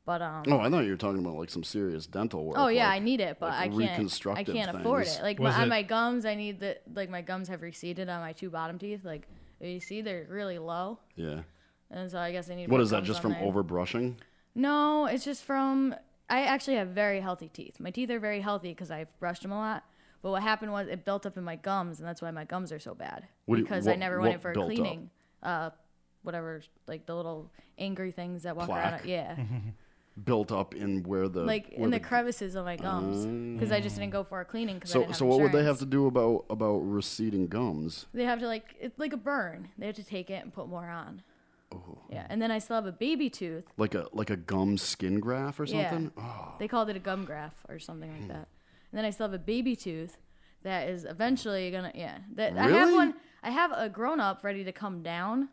But um, Oh, I thought you were talking about like some serious dental work. Oh yeah, like- I need it, but like I can't. I reconstructive can't afford things. it. Like Was my, on it- my gums, I need the like my gums have receded on my two bottom teeth. Like you see, they're really low, Yeah. and so I guess I need. What more is that? gums Just on from there. overbrushing? No, it's just from. I actually have very healthy teeth. My teeth are very healthy because I've brushed them a lot. But what happened was it built up in my gums, and that's why my gums are so bad. What do you- because I what- never went what in for a built up? cleaning. Uh, whatever, like the little angry things that walk Plaque. around. Yeah. (laughs) Built up in where the like where Mm. in the, crevices of my gums because I just didn't go for a cleaning. Cause I So didn't have so what would they insurance. have to do about about receding gums? They have to like it's like a burn. They have to take it and put more on. Yeah, and then I still have a baby tooth. Like a like a gum skin graft or something? Oh, Yeah. They called it a gum graft or something Hmm. like that. And then I still have a baby tooth that is eventually gonna yeah. That I have Really? one. I have a grown up ready to come down,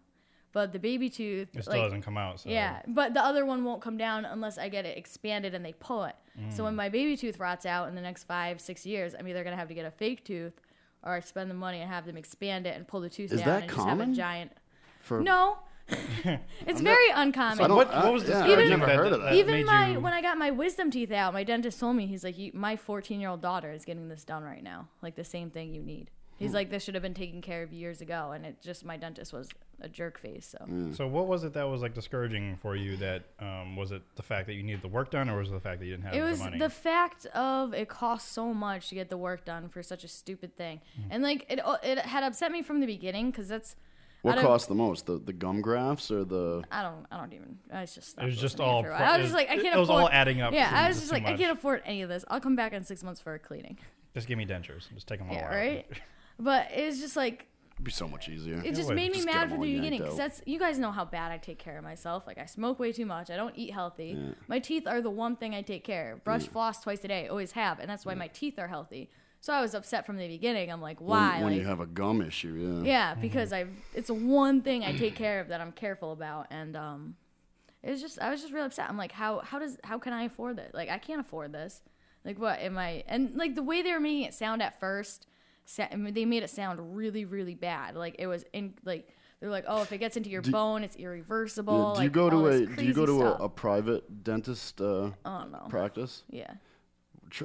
but the baby tooth It still like, hasn't come out. So. Yeah, but the other one won't come down unless I get it expanded and they pull it. So when Mm. my baby tooth rots out in the next five, six years, I'm either gonna have to get a fake tooth, or I spend the money and have them expand it and pull the tooth Is down that and just have a common? giant. For (laughs) No, it's very uncommon. So I don't- What- what was the I- yeah, I've never heard of that. Even made my you- when I got my wisdom teeth out, my dentist told me he's like, you, my 14 year old daughter is getting this done right now. Like the same thing you need. He's Hmm. like, this should have been taken care of years ago, and it just my dentist was a jerk face. So Hmm. So what was it that was like discouraging for you? That um, was it the fact that you needed the work done, or was it the fact that you didn't have it was the money? the fact of it costs so much to get the work done for such a stupid thing, Hmm. and like it oh, it had upset me from the beginning because that's What out of- costs the most? The the gum grafts or the I don't. I don't even. I was just. It was stopped just listening all after a pro- while. I it was just was- like, I it- can't. it was all afford- adding up Yeah, to I was just just too like, I much. can't afford any of this. I'll come back in six months for a cleaning. Just give me dentures. Just take them all yeah, (laughs) out. right. But it's just like It'd be so much easier. it just made me Just get mad them from all the yanked beginning because out. that's you guys know how bad I take care of myself. Like I smoke way too much. I don't eat healthy. Yeah. My teeth are the one thing I take care. of. Brush, Yeah. floss twice a day. Always have, and that's why my teeth are healthy. So I was upset from the beginning. I'm like, When- why? When, like, you have a gum issue, yeah. yeah, because I've it's the one thing I take care of that I'm careful about, and um, it was just I was just real upset. I'm like, how how does how can I afford this? Like I can't afford this. Like what am I? And like the way they were making it sound at first, sa- I mean, they made it sound really really bad. Like it was in like they're like, oh, if it gets into your Do- bone, it's Yeah, irreversible. do you like, go all to this a do you go crazy to a, stuff. a private dentist uh, I don't know. practice? Yeah, Tr-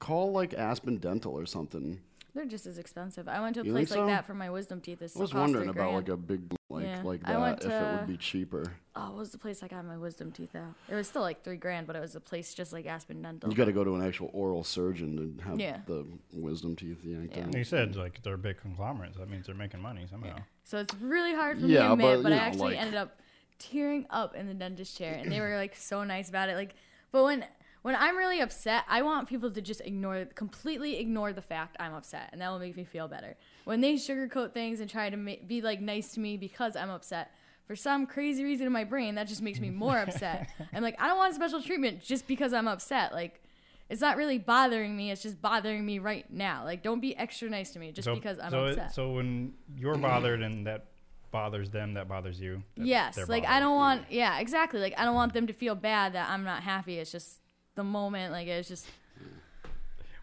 call like Aspen Dental or something. they're just as expensive. I went to a You think place like so? that for my wisdom teeth. It I still was cost wondering three about grand. like a big like Yeah. like I went that if it to- would be cheaper. Oh, what was the place I got my wisdom teeth out? It was still like three grand, but it was a place just like Aspen Dental. You got to go to an actual oral surgeon to have Yeah. the wisdom teeth yanked out. You said like they're big conglomerates. That means they're making money somehow. So it's really hard for me Yeah, to admit, but, but, I you know, actually like- ended up tearing up in the dentist chair, and they were like so nice about it. Like, but when when I'm really upset, I want people to just ignore, completely ignore the fact I'm upset, and that will make me feel better. When they sugarcoat things and try to ma- be like nice to me because I'm upset. For some crazy reason (laughs) in my brain, that just makes me more upset. I'm like, I don't want special treatment just because I'm upset. Like, it's not really bothering me. It's just bothering me right now. Like, don't be extra nice to me just So- because I'm so it- upset. so when you're bothered and that bothers them, that bothers you. that yes, they're like bothered. I don't want. Yeah, exactly. Like I don't want them to feel bad that I'm not happy. It's just the moment. Like it's just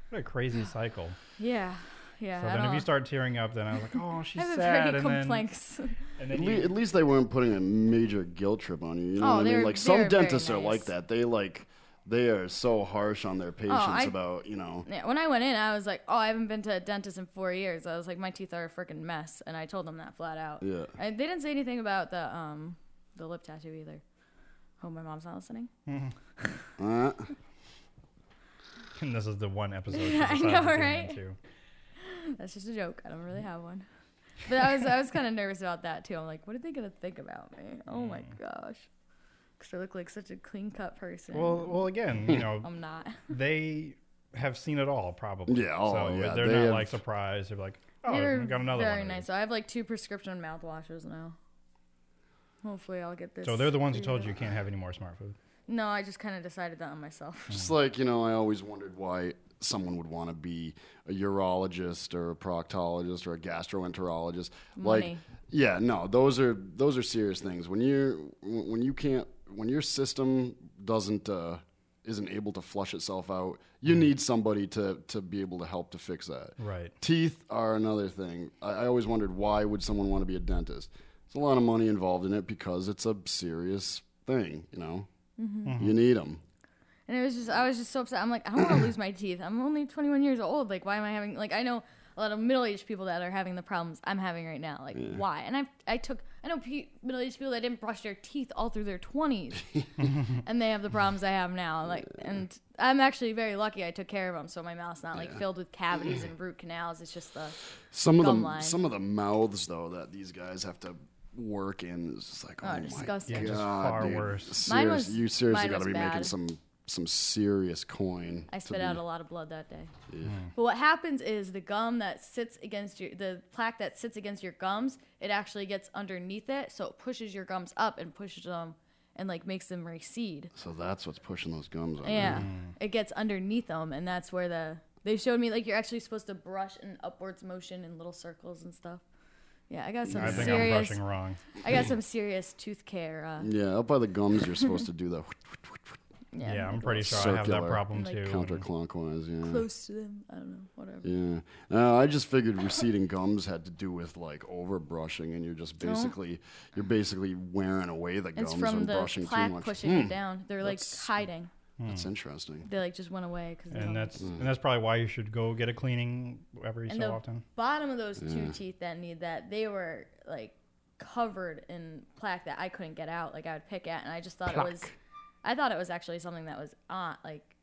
What a crazy cycle. yeah, yeah. so I then if don't- you start tearing up, then I was (laughs) like, oh, she's have a very sad. and complex- (laughs) Then, and At, then le- you, at least they weren't putting a major guilt trip on you. You know Oh, what I they're- mean? Like some they're very dentists are like nice. that. They like they are so harsh on their patients Oh, I- about you know. Yeah, when I went in, I was like, "Oh, I haven't been to a dentist in four years." I was like, "My teeth are a freaking mess," and I told them that flat out. Yeah. And they didn't say anything about the um the lip tattoo either. Oh, my mom's not listening. Uh, (laughs) and this is the one episode. (laughs) she I decides know, to tune right? into. That's just a joke. I don't really have one. But I was I was kind of nervous about that too. I'm like, what are they gonna think about me? Oh my Mm. gosh, because I look like such a clean cut person. Well, oh, well, again, you know, I'm (laughs) not. They have seen it all, probably. Yeah, oh, so yeah, They're they not have- like surprised. They're like, oh, They were we got another very one. nice. So I have like two prescription mouthwashes now. Hopefully, I'll get this. So they're the ones who figured told you you out. can't have any more smart food. No, I just kind of decided that on myself. Just like, you know, I always wondered why someone would want to be a urologist or a proctologist or a gastroenterologist. Like Money. yeah, no, those are those are serious things. When you are when you can't when your system doesn't uh, isn't able to flush itself out, you need somebody to to be able to help to fix that. Right. Teeth are another thing. I, I always wondered why would someone want to be a dentist. There's a lot of money involved in it because it's a serious thing. You know, Mhm. Mhm. you need them. And it was just, I was just so upset. I'm like, I don't want to lose my teeth. I'm only 21 years old. Like, why am I having, like, I know a lot of middle aged people that are having the problems I'm having right now. Like, Yeah. why? And I I took, I know pe- middle aged people that didn't brush their teeth all through their (laughs) 20s and they have the problems I have now. Like, and I'm actually very lucky I took care of them. So my mouth's not, like, Yeah. filled with cavities and root canals. It's just the, Some of gum the line. some of the mouths though that these guys have to work in is just like Oh, oh, my disgusting. god, Yeah, just far dude. worse. Serious, Mine was- you mine seriously got to was be making bad. some some serious coin. I to spit be- out a lot of blood that day. Yeah. But what happens is the gum that sits against your the plaque that sits against your gums, it actually gets underneath it, so it pushes your gums up and pushes them and like makes them recede. So that's what's pushing those gums. out. Yeah. It gets underneath them and that's where the they showed me like you're actually supposed to brush in upwards motion in little circles and stuff. Yeah, I got some I think I'm serious brushing wrong. I got some serious tooth care uh Yeah, up by the gums, you're supposed (laughs) to do that. Yeah, Yeah, I'm pretty sure I have that circular problem, Like- too. Counterclockwise, yeah. close to them. I don't know, whatever. Yeah. No, I just figured receding gums had to do with like overbrushing, and you're just No. basically you're basically wearing away the gums It's from and the brushing too plaque much. pushing Hmm. it down. They're like hiding. That's Hmm. interesting. They like just went away because And that's Mm. and that's probably why you should go get a cleaning every and so the often. bottom of those two Yeah. teeth that need that they were like covered in plaque that I couldn't get out. Like I would pick at, and I just thought it was, Plaque. I thought it was actually something that was on like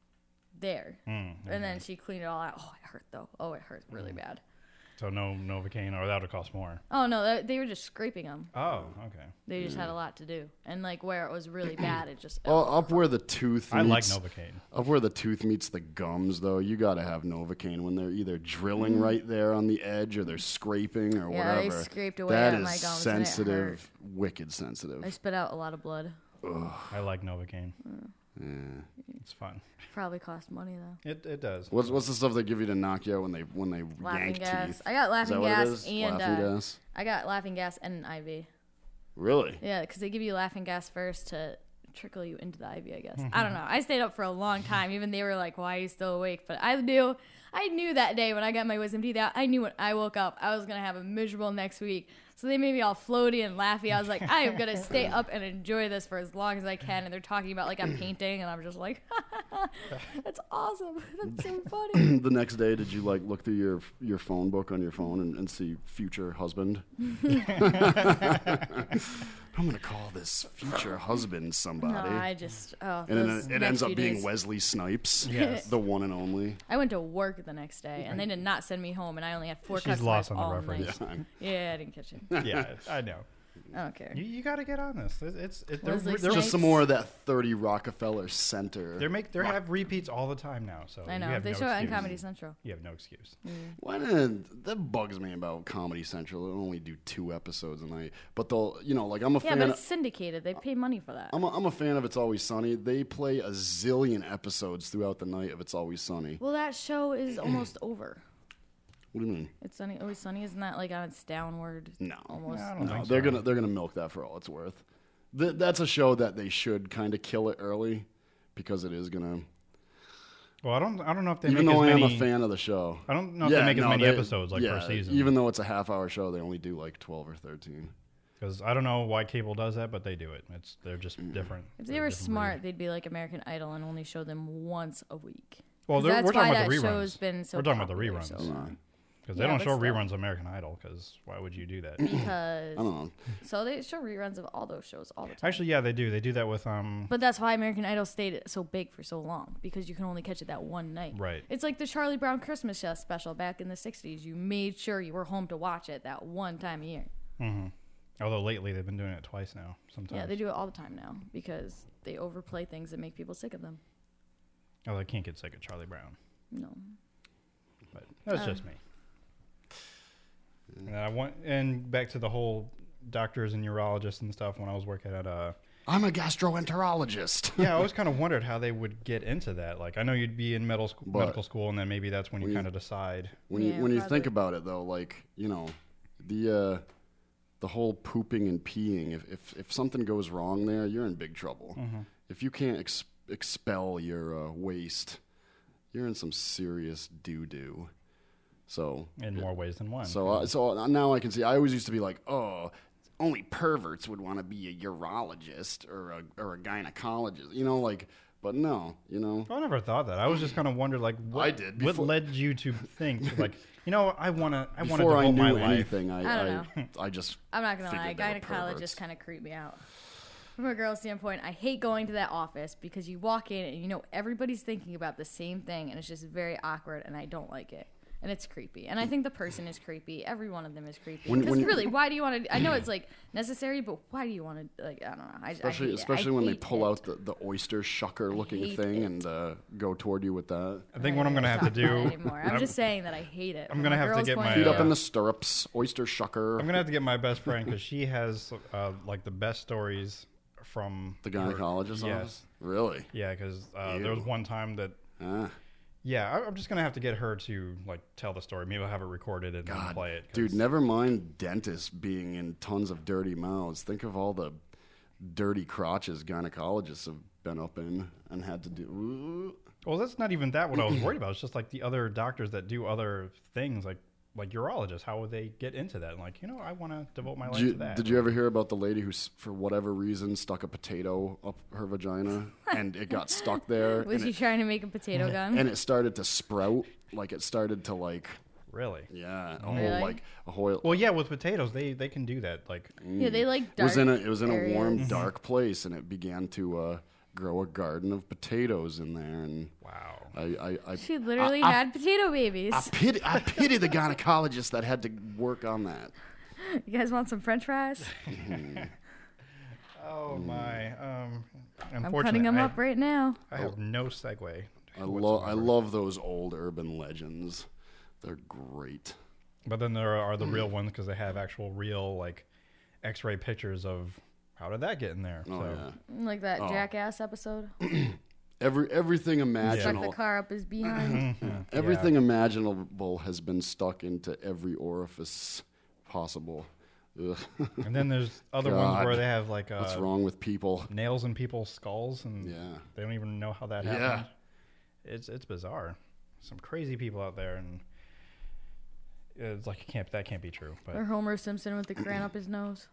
there. Mm, and then she cleaned it all out. Oh, it hurt though. Oh, it hurt really Hmm. bad. So no Novocaine, or that'll cost more. Oh no, they- they were just scraping them. Oh, okay. They just Hmm. had a lot to do, and like where it was (clears throat) really bad, it just Uh, up where the tooth. I like meets- Novocaine. Up where the tooth meets the gums, though, you got to have Novocaine when they're either drilling Mm. right there on the edge or they're scraping or Yeah, they whatever. scraped away That at is my gums and it sensitive, wicked sensitive. I spit out a lot of blood. I like Novocaine. Yeah. It's fun. Probably cost money though. It it does. What's what's the stuff they give you to knock you out when they when they Laughing yank gas. teeth? I got Is that laughing what it gas is? and laughing uh, gas. I got laughing gas and an IV. Really? Yeah, because they give you laughing gas first to trickle you into the IV. I guess I don't know. I stayed up for a long time. Even they were like, "Why are you still awake?" But I knew, I knew that day when I got my wisdom teeth out. I knew when I woke up, I was gonna have a miserable next week. So they made me all floaty and laughy. I was like, "I am gonna stay up and enjoy this for as long as I can." And they're talking about like I'm painting, and I'm just like, (laughs) "That's awesome. (laughs) That's so funny." (clears throat) the next day, did you like look through your your phone book on your phone and, and see (laughs) future husband? (laughs) I'm gonna call this future husband somebody. No, I just- oh, and then those it- it next ends up few being days. Wesley Snipes, Yes. the one and only. I went to work the next day, and they did not send me home, and I only had four She's customers lost on the all reference. night. Yeah. Yeah, I didn't catch it. yeah, I know. I don't care. You, you got to get on this. It's, it's it, they're, Wesley they're, Just some more of that 30 Rockefeller Center. They're make they have repeats all the time now. So I you know. have They no show it on excuse. Comedy Mm. Central. You have no excuse. Why didn't that bugs me about Comedy Central? They only do two episodes a night, but they'll you know like I'm a yeah, fan. Um, but it's syndicated. They pay money for that. I'm a, I'm a fan of It's Always Sunny. They play a zillion episodes throughout the night of It's Always Sunny. Well, that show (clears throat) is almost over. What do you mean? It's sunny. Always sunny. Isn't that like on its downward? No, Almost. no, they're gonna they're gonna milk that for all it's worth. Th- that's a show that they should kind of kill it early because it is gonna. Well, I don't I don't know if they even make though as I am many, a fan of the show, I don't know if they make as no, many they- episodes like yeah, per season. Even though it's a half hour show, they only do like twelve or thirteen. Because I don't know why cable does that, but they do it. It's they're just Mm. different. If they were smart, they'd be like American Idol and only show them once a week. Well, 'Cause they're- that's we're talking why about that the reruns. show's been so we're talking about the popular reruns. so Because long. they Yeah, don't but show still. reruns of American Idol. Because why would you do that? Because So they show reruns of all those shows all the time. (clears throat) Actually, yeah, they do. They do that with um. But that's why American Idol stayed so big for so long because you can only catch it that one night. Right. It's like the Charlie Brown Christmas show special back in the 60s. You made sure you were home to watch it that one time a year. hmm Although lately they've been doing it twice now. Sometimes. Yeah, they do it all the time now because they overplay things that make people sick of them. Although I can't get sick of Charlie Brown. No. But that's Uh. just me. And I want and back to the whole doctors and urologists and stuff. When I was working (laughs) at uh I'm a gastroenterologist. (laughs) yeah, I always kind of wondered how they would get into that. Like, I know you'd be in medical school, But- medical school, and then maybe that's when you kind of decide. When you when you think about it though, like you know, the uh, the whole pooping and peeing. If, if if something goes wrong there, you're in big trouble. Mhm. If you can't ex- expel your uh, waste, you're in some serious doo doo. So In more ways than one. So uh, so now I can see. I always used to be like, oh, only perverts would want to be a urologist or a or a gynecologist. You know, like, but no, you know. I never thought that. I was just kind of wondered, like, what, I did what before- led you to (laughs) think, like, you know, I want to, I want to Before I devote knew my life. anything, I I don't I, (laughs) I just I'm not gonna lie, figured they were perverts. gynecologists kind of creep me out. From a girl standpoint, I hate going to that office because you walk in and you know everybody's thinking about the same thing, and it's just very awkward, and I don't like it, and it's creepy. And I think the person is creepy. Every one of them is creepy. When- Because when- really, why do you want to? I know it's like necessary, but why do you want to? Like I don't know. I, I Especially, hate it. especially I when they hate pull out the, the oyster shucker looking hate thing and uh, go toward you with that. I think what I'm gonna have to talk about it do. anymore. I'm, just saying that I hate it. I'm from gonna a have to girl's get point my, of Feet up uh, in the stirrups, oyster shucker. I'm gonna have to get my best friend because she has uh, like the best stories from The her- gynecologist's office? Really? Yeah, because uh, there was Ew. one time that. Yeah, I, I'm just gonna have to get her to like tell the story. Maybe I'll have it recorded and then play it. 'cause- Dude, never mind dentists being in tons of dirty mouths. Think of all the dirty crotches gynecologists have been up in and had to do. Well, that's not even that what (clears throat) I was worried about. It's just like the other doctors that do other things, like like urologists. How would they get into that? And like, you know, I want to devote my life Did you, to that. did you ever hear about the lady who, s- for whatever reason, stuck a potato up her (laughs) vagina and it got stuck there? Was and he it- Mm. trying to make a potato gun? And it started to sprout. Like it started to like. Really? Yeah. A Really? whole like a whole. Well, yeah, with potatoes, they they can do that. Like, Yeah, they like It was in a dark it was in a warm areas. dark place, and it began to uh, grow a garden of potatoes in there. And wow. I I, I She literally I, I- had potato babies. I pity I pity the gynecologist that had to work on that. You guys want some French fries? Oh Mm. my. Um, I'm unfortunately, cutting them I- up right now. I Oh. have no segue. I love I love those old urban legends. They're great. But then there are the Mm. real ones because they have actual real like X-ray pictures of how did that get in there. Oh, so. yeah. Like that Oh. jackass episode. Every everything Stuck imaginable. the car up his (clears throat) behind. Everything imaginable has been stuck into every orifice possible. Ugh. (laughs) And then there's other ones where God. they have like uh, what's wrong with people? nails in people's skulls, and Yeah. they don't even know how that Yeah. happened. It's it's bizarre. Some crazy people out there, and it's like it can't that can't be true. But or Homer Simpson with the crayon up his nose.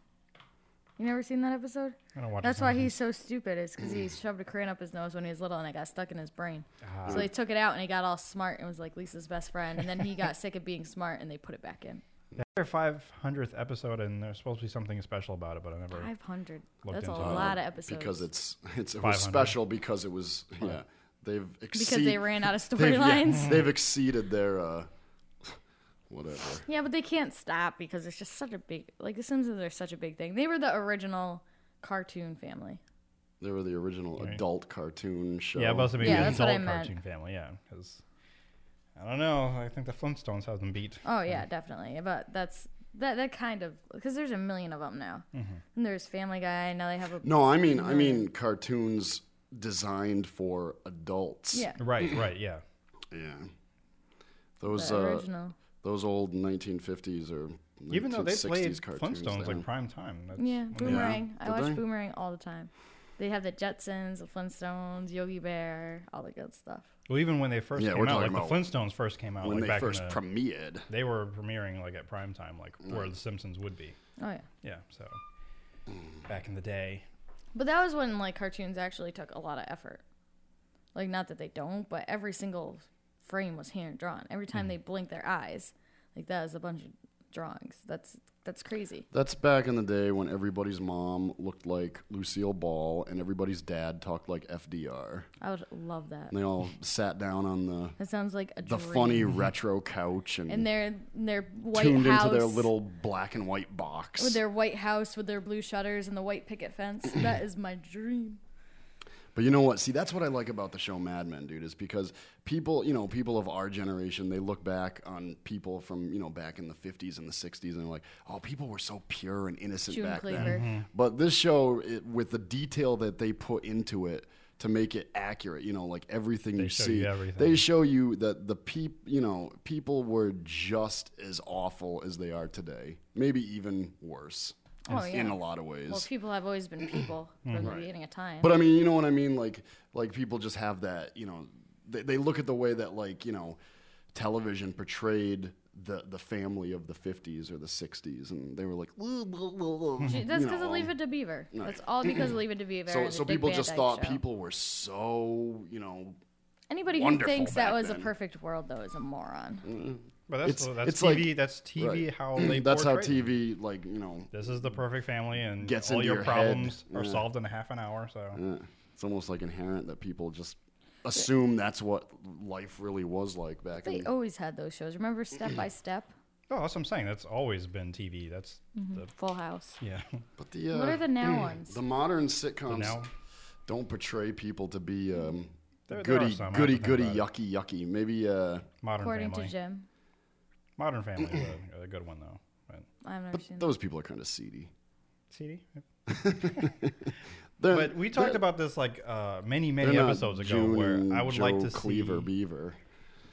You never seen that episode? I don't watch That's the why Simpsons. he's so stupid. Is because he shoved a crayon up his nose when he was little, and it got stuck in his brain. Mm. Ah. So they took it out, and he got all smart and was like Lisa's best friend. And then he got sick of being smart, and they put it back in. that's their 500th episode, and there's supposed to be something special about it, but I never. 500. Looked That's a into it. lot of Uh, episodes. Because it's it's it 500. was special because it was yeah they've Because exceed- (laughs) they ran out of they've- yeah, storylines. They've, exceeded their uh, (laughs) whatever. Yeah, but they can't stop because it's just such a big like the Simpsons are such a big thing. They were the original cartoon family. They were the original adult cartoon show. Yeah, about to be Yeah, an that's what I adult meant. cartoon family. Yeah, because I don't know. I think the Flintstones has them beat. Oh yeah, definitely. But that's that that kind of because there's a million of them now. Mhm. And there's Family Guy. and Now they have a No, I mean, I million. mean cartoons designed for adults. Yeah. Right, (clears throat) right, yeah. Yeah. Those The uh, original. those old 1950s or 1960s Even though they played cartoons, Flintstones, like, yeah. prime time. That's- Yeah, Yeah. Boomerang. I Did watch they? Boomerang all the time. They have the Jetsons, the Flintstones, Yogi Bear, all the good stuff. Well, even when they first Yeah, came we're out, like talking the about Flintstones first came out, when like they back in first the- premiered. they were premiering like at prime time, like where Right. the Simpsons would be. Oh, yeah. yeah. So Mm. back in the day, But that was when like cartoons actually took a lot of effort. Like not that they don't, but every single frame was hand drawn. Every time they blinked their eyes, like that was a bunch of drawings. That's that's crazy. That's back in the day when everybody's mom looked like Lucille Ball and everybody's dad talked like FDR. I would love that. And (laughs) they all sat down on the That sounds like a the dream. funny retro couch and, and their their white tuned house into their little black and white box. with their white house with their blue shutters and the white picket fence. (clears throat) that is my dream. But you know what? See, that's what I like about the show Mad Men, dude, is because people, you know, people of our generation, they look back on people from, you know, back in the 50s and the 60s and they're like, oh, people were so pure and innocent June back Cleaver. Mm-hmm. then. Mhm. But this show, it, with the detail that they put into it to make it accurate, you know, like everything you show see, you everything. they show you that the peop, you know, people were just as awful as they are today, maybe even worse Oh, in yeah. a lot of ways. Well, people have always been people from the Right. beginning of time. But I mean, you know what I mean? Like, like people just have that, you know, they, they look at the way that like, you know, television portrayed the, the family of the 50s or the 60s. And they were like, (laughs) "Woo, woo, woo, woo," Gee, you that's because know. of Leave It to (clears throat) Beaver. No. That's all because of Leave It to Beaver. So, and the so Dick people Van just Dyke thought Show. people were so, you know, Anybody who wonderful thinks that back was a then. perfect world though is a moron. But that's the- that's TV that's TV (clears throat) how they that's how portray it. TV like you know this is the perfect family, and gets all into your, your head. problems are Yeah. solved in a half an hour. So Yeah. It's almost like inherent that people just assume that's what life really was like back They in always had those shows. Remember Step by Step, Oh, that's what I'm saying. That's always been TV. That's Mhm. the Full House. Yeah. (laughs) But the uh, What are the now ones? The modern sitcoms now? don't portray people to be um, There- there are goody, some, I have to goody, think goody, about yucky, yucky. Maybe uh, Modern according Family. to Jim. Modern Family is a, a good one though. But I've never but seen. those people are kind of seedy. CD. (laughs) They're- but we talked they're- about this like uh, many many they're not episodes ago, June where and I would Joe like to Cleaver see Beaver.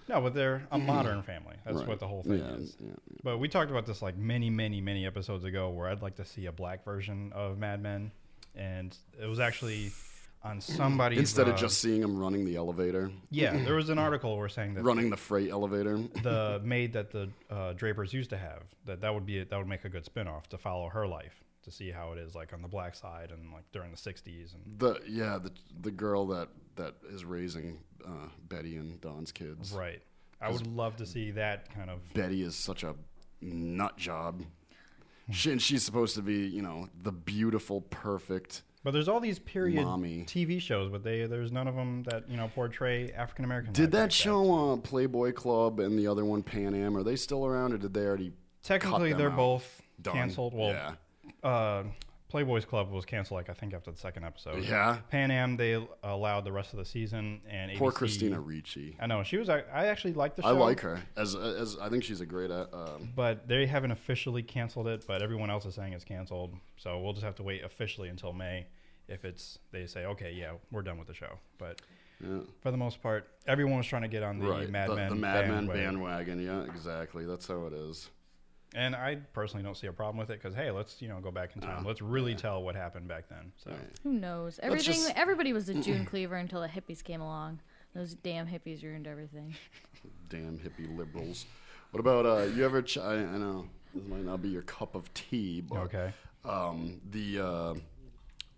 No, but they're (clears throat) a Mhm. modern family. That's Right. what the whole thing Yeah, is. yeah, yeah. But we talked about this like many, many, many episodes ago where I'd like to see a black version of Mad Men. And it was actually on somebody's. instead uh, of just seeing him running the elevator. (clears throat) Yeah, there was an article where saying that. running the freight elevator. (laughs) the maid that the uh, Drapers used to have that that would be that would make a good spinoff to follow her life to see how it is like on the black side and like during the 60s and the yeah the the girl that that is raising uh, Betty and Don's kids. right i would 'Cause love to see that kind of Betty is such a nut job. She, and she's supposed to be, you know, the beautiful, perfect. but there's all these period Mommy. tv shows but they there's none of them that you know portray african american Did that show uh, Playboy Club and the other one Pan Am? Are they still around, or did they already? Technically, cut them they're out? both Done. canceled. Well, yeah. uh, Playboys Club was canceled, like I think after the second episode. Yeah. Pan Am they allowed the rest of the season, and Poor ABC Christina Ricci. I know she was. I I actually liked the show. I like her as as I think she's a great. Uh, um, but they haven't officially canceled it. But everyone else is saying it's canceled, so we'll just have to wait officially until May if it's they say okay, yeah, we're done with the show. But yeah. for the most part, everyone was trying to get on the right, Mad the, Men the Mad Men bandwagon. bandwagon. Yeah, exactly. That's how it is. And I personally don't see a problem with it because hey, let's you know go back in time. let's really tell what happened back then. So Who knows? Let's Everything. just- Everybody was a (clears throat) June Cleaver until the hippies came along. Those damn hippies ruined everything. Damn hippie liberals. What about uh, you ever? Ch- I, I know this might not be your cup of tea, but Okay. um, the uh,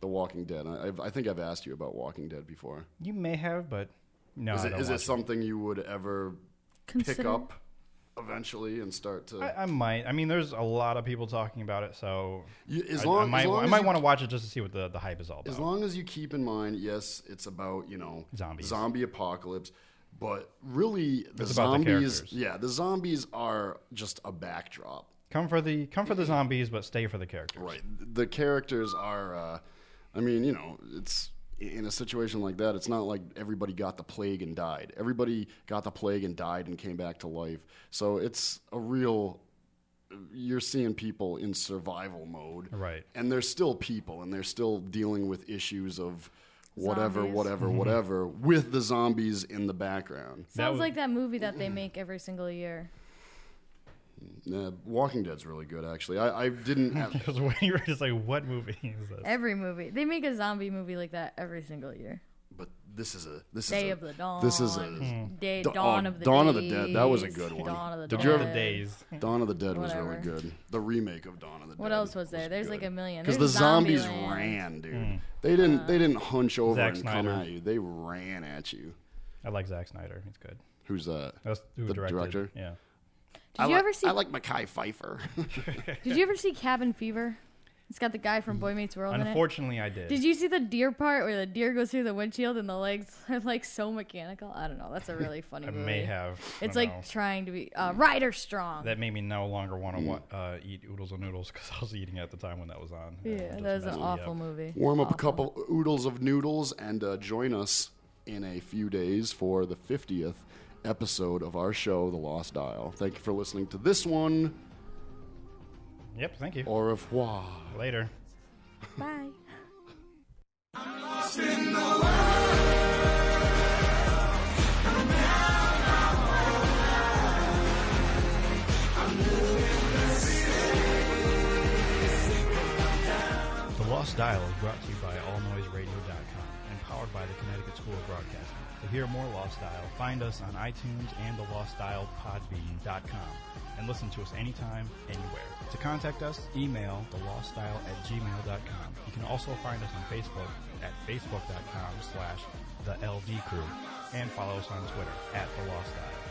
the Walking Dead. I, I've, I think I've asked you about Walking Dead before. you may have, but no, is I it, don't is it watch something you would ever pick Consider? up eventually and start to? I, I might. I mean, there's a lot of people talking about it, so You- as I- I, long- as might, long I as might you- want to watch it just to see what the, the hype is all about. as long as you keep in mind, yes, it's about you know Zombies. zombie apocalypse. But really, the It's about the zombies. characters. yeah, the zombies are just a backdrop. Come for the come for the zombies, but stay for the characters. Right. The characters are. Uh, I mean, you know, it's in a situation like that. It's not like everybody got the plague and died. Everybody got the plague and died and came back to life. So it's a real. You're seeing people in survival mode, Right. (laughs) And they're still people, and they're still dealing with issues of whatever, Zombies. whatever, Mhm. whatever, with the zombies in the background. Sounds like that movie that they make every single year. Uh, Walking Dead's really good, actually. I, I didn't. I (laughs) was waiting. Right, it's like what movie (laughs) is this? Every movie. They make a zombie movie like that every single year. But this is a this Day is a, of the Dawn. This is a Hmm. Day, Da- Dawn oh, of the Dawn of the Dead. That was a Days, good one. Dawn of the Did you ever Dead. Days. Dawn of the Dead was really Whatever. good. The remake of Dawn of the Dead. What else was there? There's like a million. Because the There's zombies Zombieland. ran, dude. They didn't. Uh, They didn't hunch over Hmm. Zack and Snyder. come at you. They ran at you. I like Zack Snyder. He's good. Who's that? That's who the directed, director. Yeah. Did you ever see- I like Mackay Pfeiffer. Did you ever see Cabin Fever? It's got the guy from Boy Meets World Unfortunately, in it. I did. Did you see the deer part where the deer goes through the windshield and the legs (laughs) are like so mechanical? I don't know. That's a (laughs) really funny I movie. may have. I It's don't like know. trying to be uh, rider strong. That made me no longer want to Mm. wa uh, eat oodles and noodles because I was eating at the time when that was on. and Yeah, it just that was an messed me awful movie. Warm up a couple oodles of noodles and uh, join us in a few days for the 50th episode of our show, The Lost Dial. Thank you for listening to this one. Yep, thank you. Au revoir. Later. Bye. The Lost Dial is brought to you by AllNoiseRadio.com and powered by the Connecticut School of Broadcasting. To hear more Lost Dial, find us on iTunes and the Lost Dial Podbean.com and listen to us anytime, anywhere. To contact us, email thelostdial at gmail.com. You can also find us on Facebook at facebook.com slash the LD Crew and follow us on Twitter at the Lost Dial.